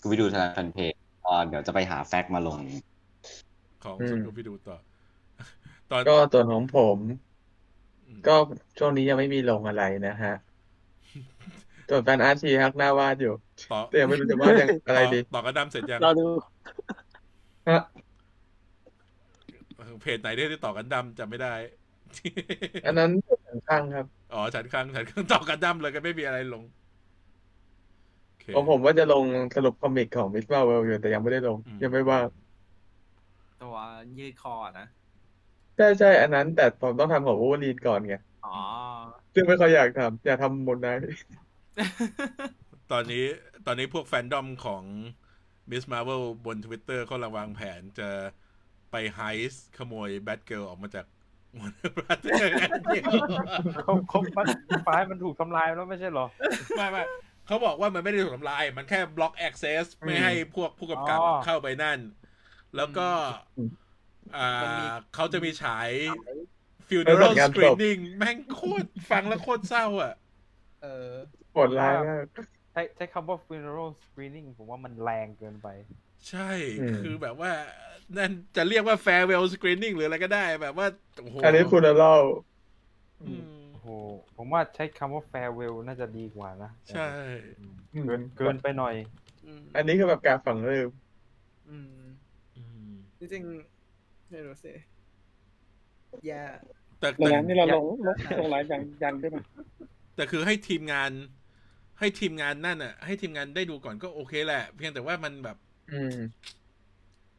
กูไปดูทางแฟนเพจอ่าเดี๋ยวจะไปหาแฟกต์มาลง
ของ
อืม
สกูพี่ดูต่อ ตอน
ก็ตัวของผม
อืม
ก็ช่วงนี้ยังไม่มีลงอะไรนะฮะส่วนแฟนอาร์ตชีฮักหน้าวาดอยู่
ต่อ
แต่ยังไม่รู้จะวาดยังอะไรดี
ต่อต่อกระดำเสร็จยัง
รอดู
ฮะ
เออเพจไหนได้ที่ต่อกันดำจำไม่ได้
อันนั้นข้างครับ
อ๋อฉันครั้งฉันครั้งต่อกันดำเลยก็ไม่มีอะไรลงโอเค
ของผมว่าจะลงสรุปคอมิกของมิสมาเวลอยู่แต่ยังไม่ได้ลง
อืม
ยังไม่ว่าง
ตัวยืดคอนะ
ใช่ใช่อันนั้นแต่ผมต้องทำของวูลีนก่อนไง
อ๋อ
ซึ่งไม่ค่อยอยากทำอยากทำบนนั้น
ตอนนี้ตอนนี้พวกแฟนดอมของ Miss Marvel บน Twitter เขากำลังวางแผนจะไปไฮส์ขโมยแบทเกิลออกมาจากมอนบราเธอร์
เขาเขามันไฟล์มันถูกทำลายแล้วไม่ใช่เหรอ
ไม่ไม่เขาบอกว่ามันไม่ได้ถูกทำลาย มันแค่บล็อก Access ไม่ให้พวกผู้กำกับ
อ๋อ
เข้าไปนั่น แล้วก็
อืม
อ่า
มันมี
เขาจะมีฉาย
แล้ว
Funeral
ผลงานจบ
Screening แม่งโคตรฟังแล้วโคตรเศร้าอ่ะ
เออ
ปวดร้ายมาก
ใช้ใช้คำว่า funeral screening ผมว่ามันแรงเกินไป
ใช่
อืม
คือแบบว่า นั่นจะเรียกว่า farewell screening หรืออะไรก็ได้ แบบว่า โอ้โห
อันนี้คุณเล่า
อืม
โอ้โห ผมว่าใช้คำว่า farewell น่าจะดีกว่านะ
ใช่
เกินเกินไปหน่อย
อืม
อันนี้คือแบบการฝังลืม
อืม
อืม
จริงๆไม่รู้สิแย่
แต่
ดัง
แต่
นั้นนี่เราลงลงลงหลายอย่างยังได้ไหม
แต่คือให้ทีมงาน ให้ทีมงานนั่นอ่ะ ให้ทีมงานได้ดูก่อนก็โอเคแหละ เพียงแต่ว่ามันแบบ
อืม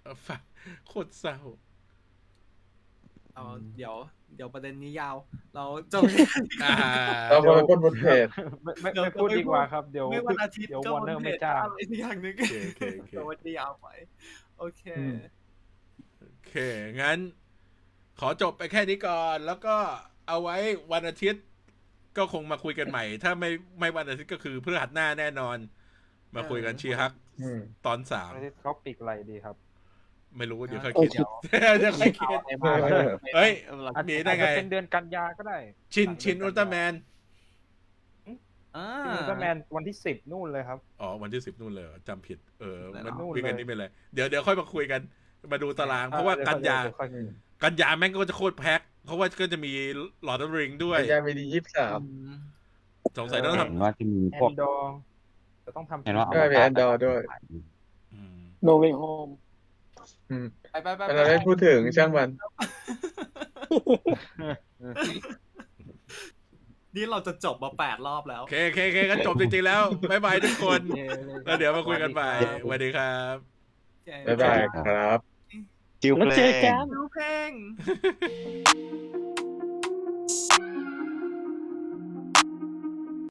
เอ่อฟังโคตรเศร้า
เอาเดี๋ยว เดี๋ยวประเด็นนี้ยาว เราจบ
อ่า
เราคนละคนบนเพจ
ไม่ไม่ไม่พูดดีกว่าครับ เดี๋ยว
ไม่วันอาทิตย์
เดี๋ยว
ก็
วอ
วัน น
เนอร์
พ
ไม่
จ
จ้าง
อะไรสักอย่างหนึง
โอเคโอเคโอเค
แต่วันนี้ยาวไป โอเค
อืม
โอเค งั้น ขอจบไปแค่นี้ก่อน แล้วก็เอาไว้วันอาทิตย์ ก็คงมาคุยกันใหม่ ถ้าไม่ไม่วันอาทิตย์ก็คือพฤหัสหน้าแน่นอน มาคุยกันชีฮัก
อืม
ตอนสาม
อาทิตย์เขาปิกอะไรดีครับ
ไม่รู้เดี๋ยวค่อย
โอ
คิด
เค
เดี๋ยวค่อยคิด เอ้ย
อาจ
มี
จะ
ได้ไง
เป็นเดือนกันยาก็ได้
ชินชินอุลตร้าแมน
อ่า
อุลตร้าแมนวันที่สิบนู่นเลยครับ
อ๋อ วันที่สิบนู่นเลยเหรอจำผิด เออ
นั่น
มัน
เหรอ
คุยกันนี่เป็นไรเดี๋ยวเดี๋ยวค่อยมาคุยกัน มาดูตาราง
อ่า
เพราะว่า
เดี๋
กันยา
ยวเดี๋ยวค่อย
กันยาแม่งก็จะโคตรแพ็คเพราะว่าก็จะมีหลอดริงด้วย
ปัญญาไม่ดียี่สิบสาม
อืม
สงสัยต้อง
เห็น
ทำ
ว่าจะมี
แอ
พวก
นดอร์จะต้องทำ
เห็นว่าเอา
ก็มีแอนดอร์ด้วย
อืม
โนเวโฮม
อืม
ไปไปไป
แต่เราได้พูดถึงช่างมัน
นี่เราจะจบมาแปดรอบแล้ว
โอเคโอเคโอเคก็จบจริงๆแล้วบายบายทุกคน แล้วเดี๋ยวมาคุยกันใหม่สวัสดีครับ
บ๊ายบายครับ
จิ้ว
แล้วเจ
เพล
อกั
ง
น
ดูเพลง
Thank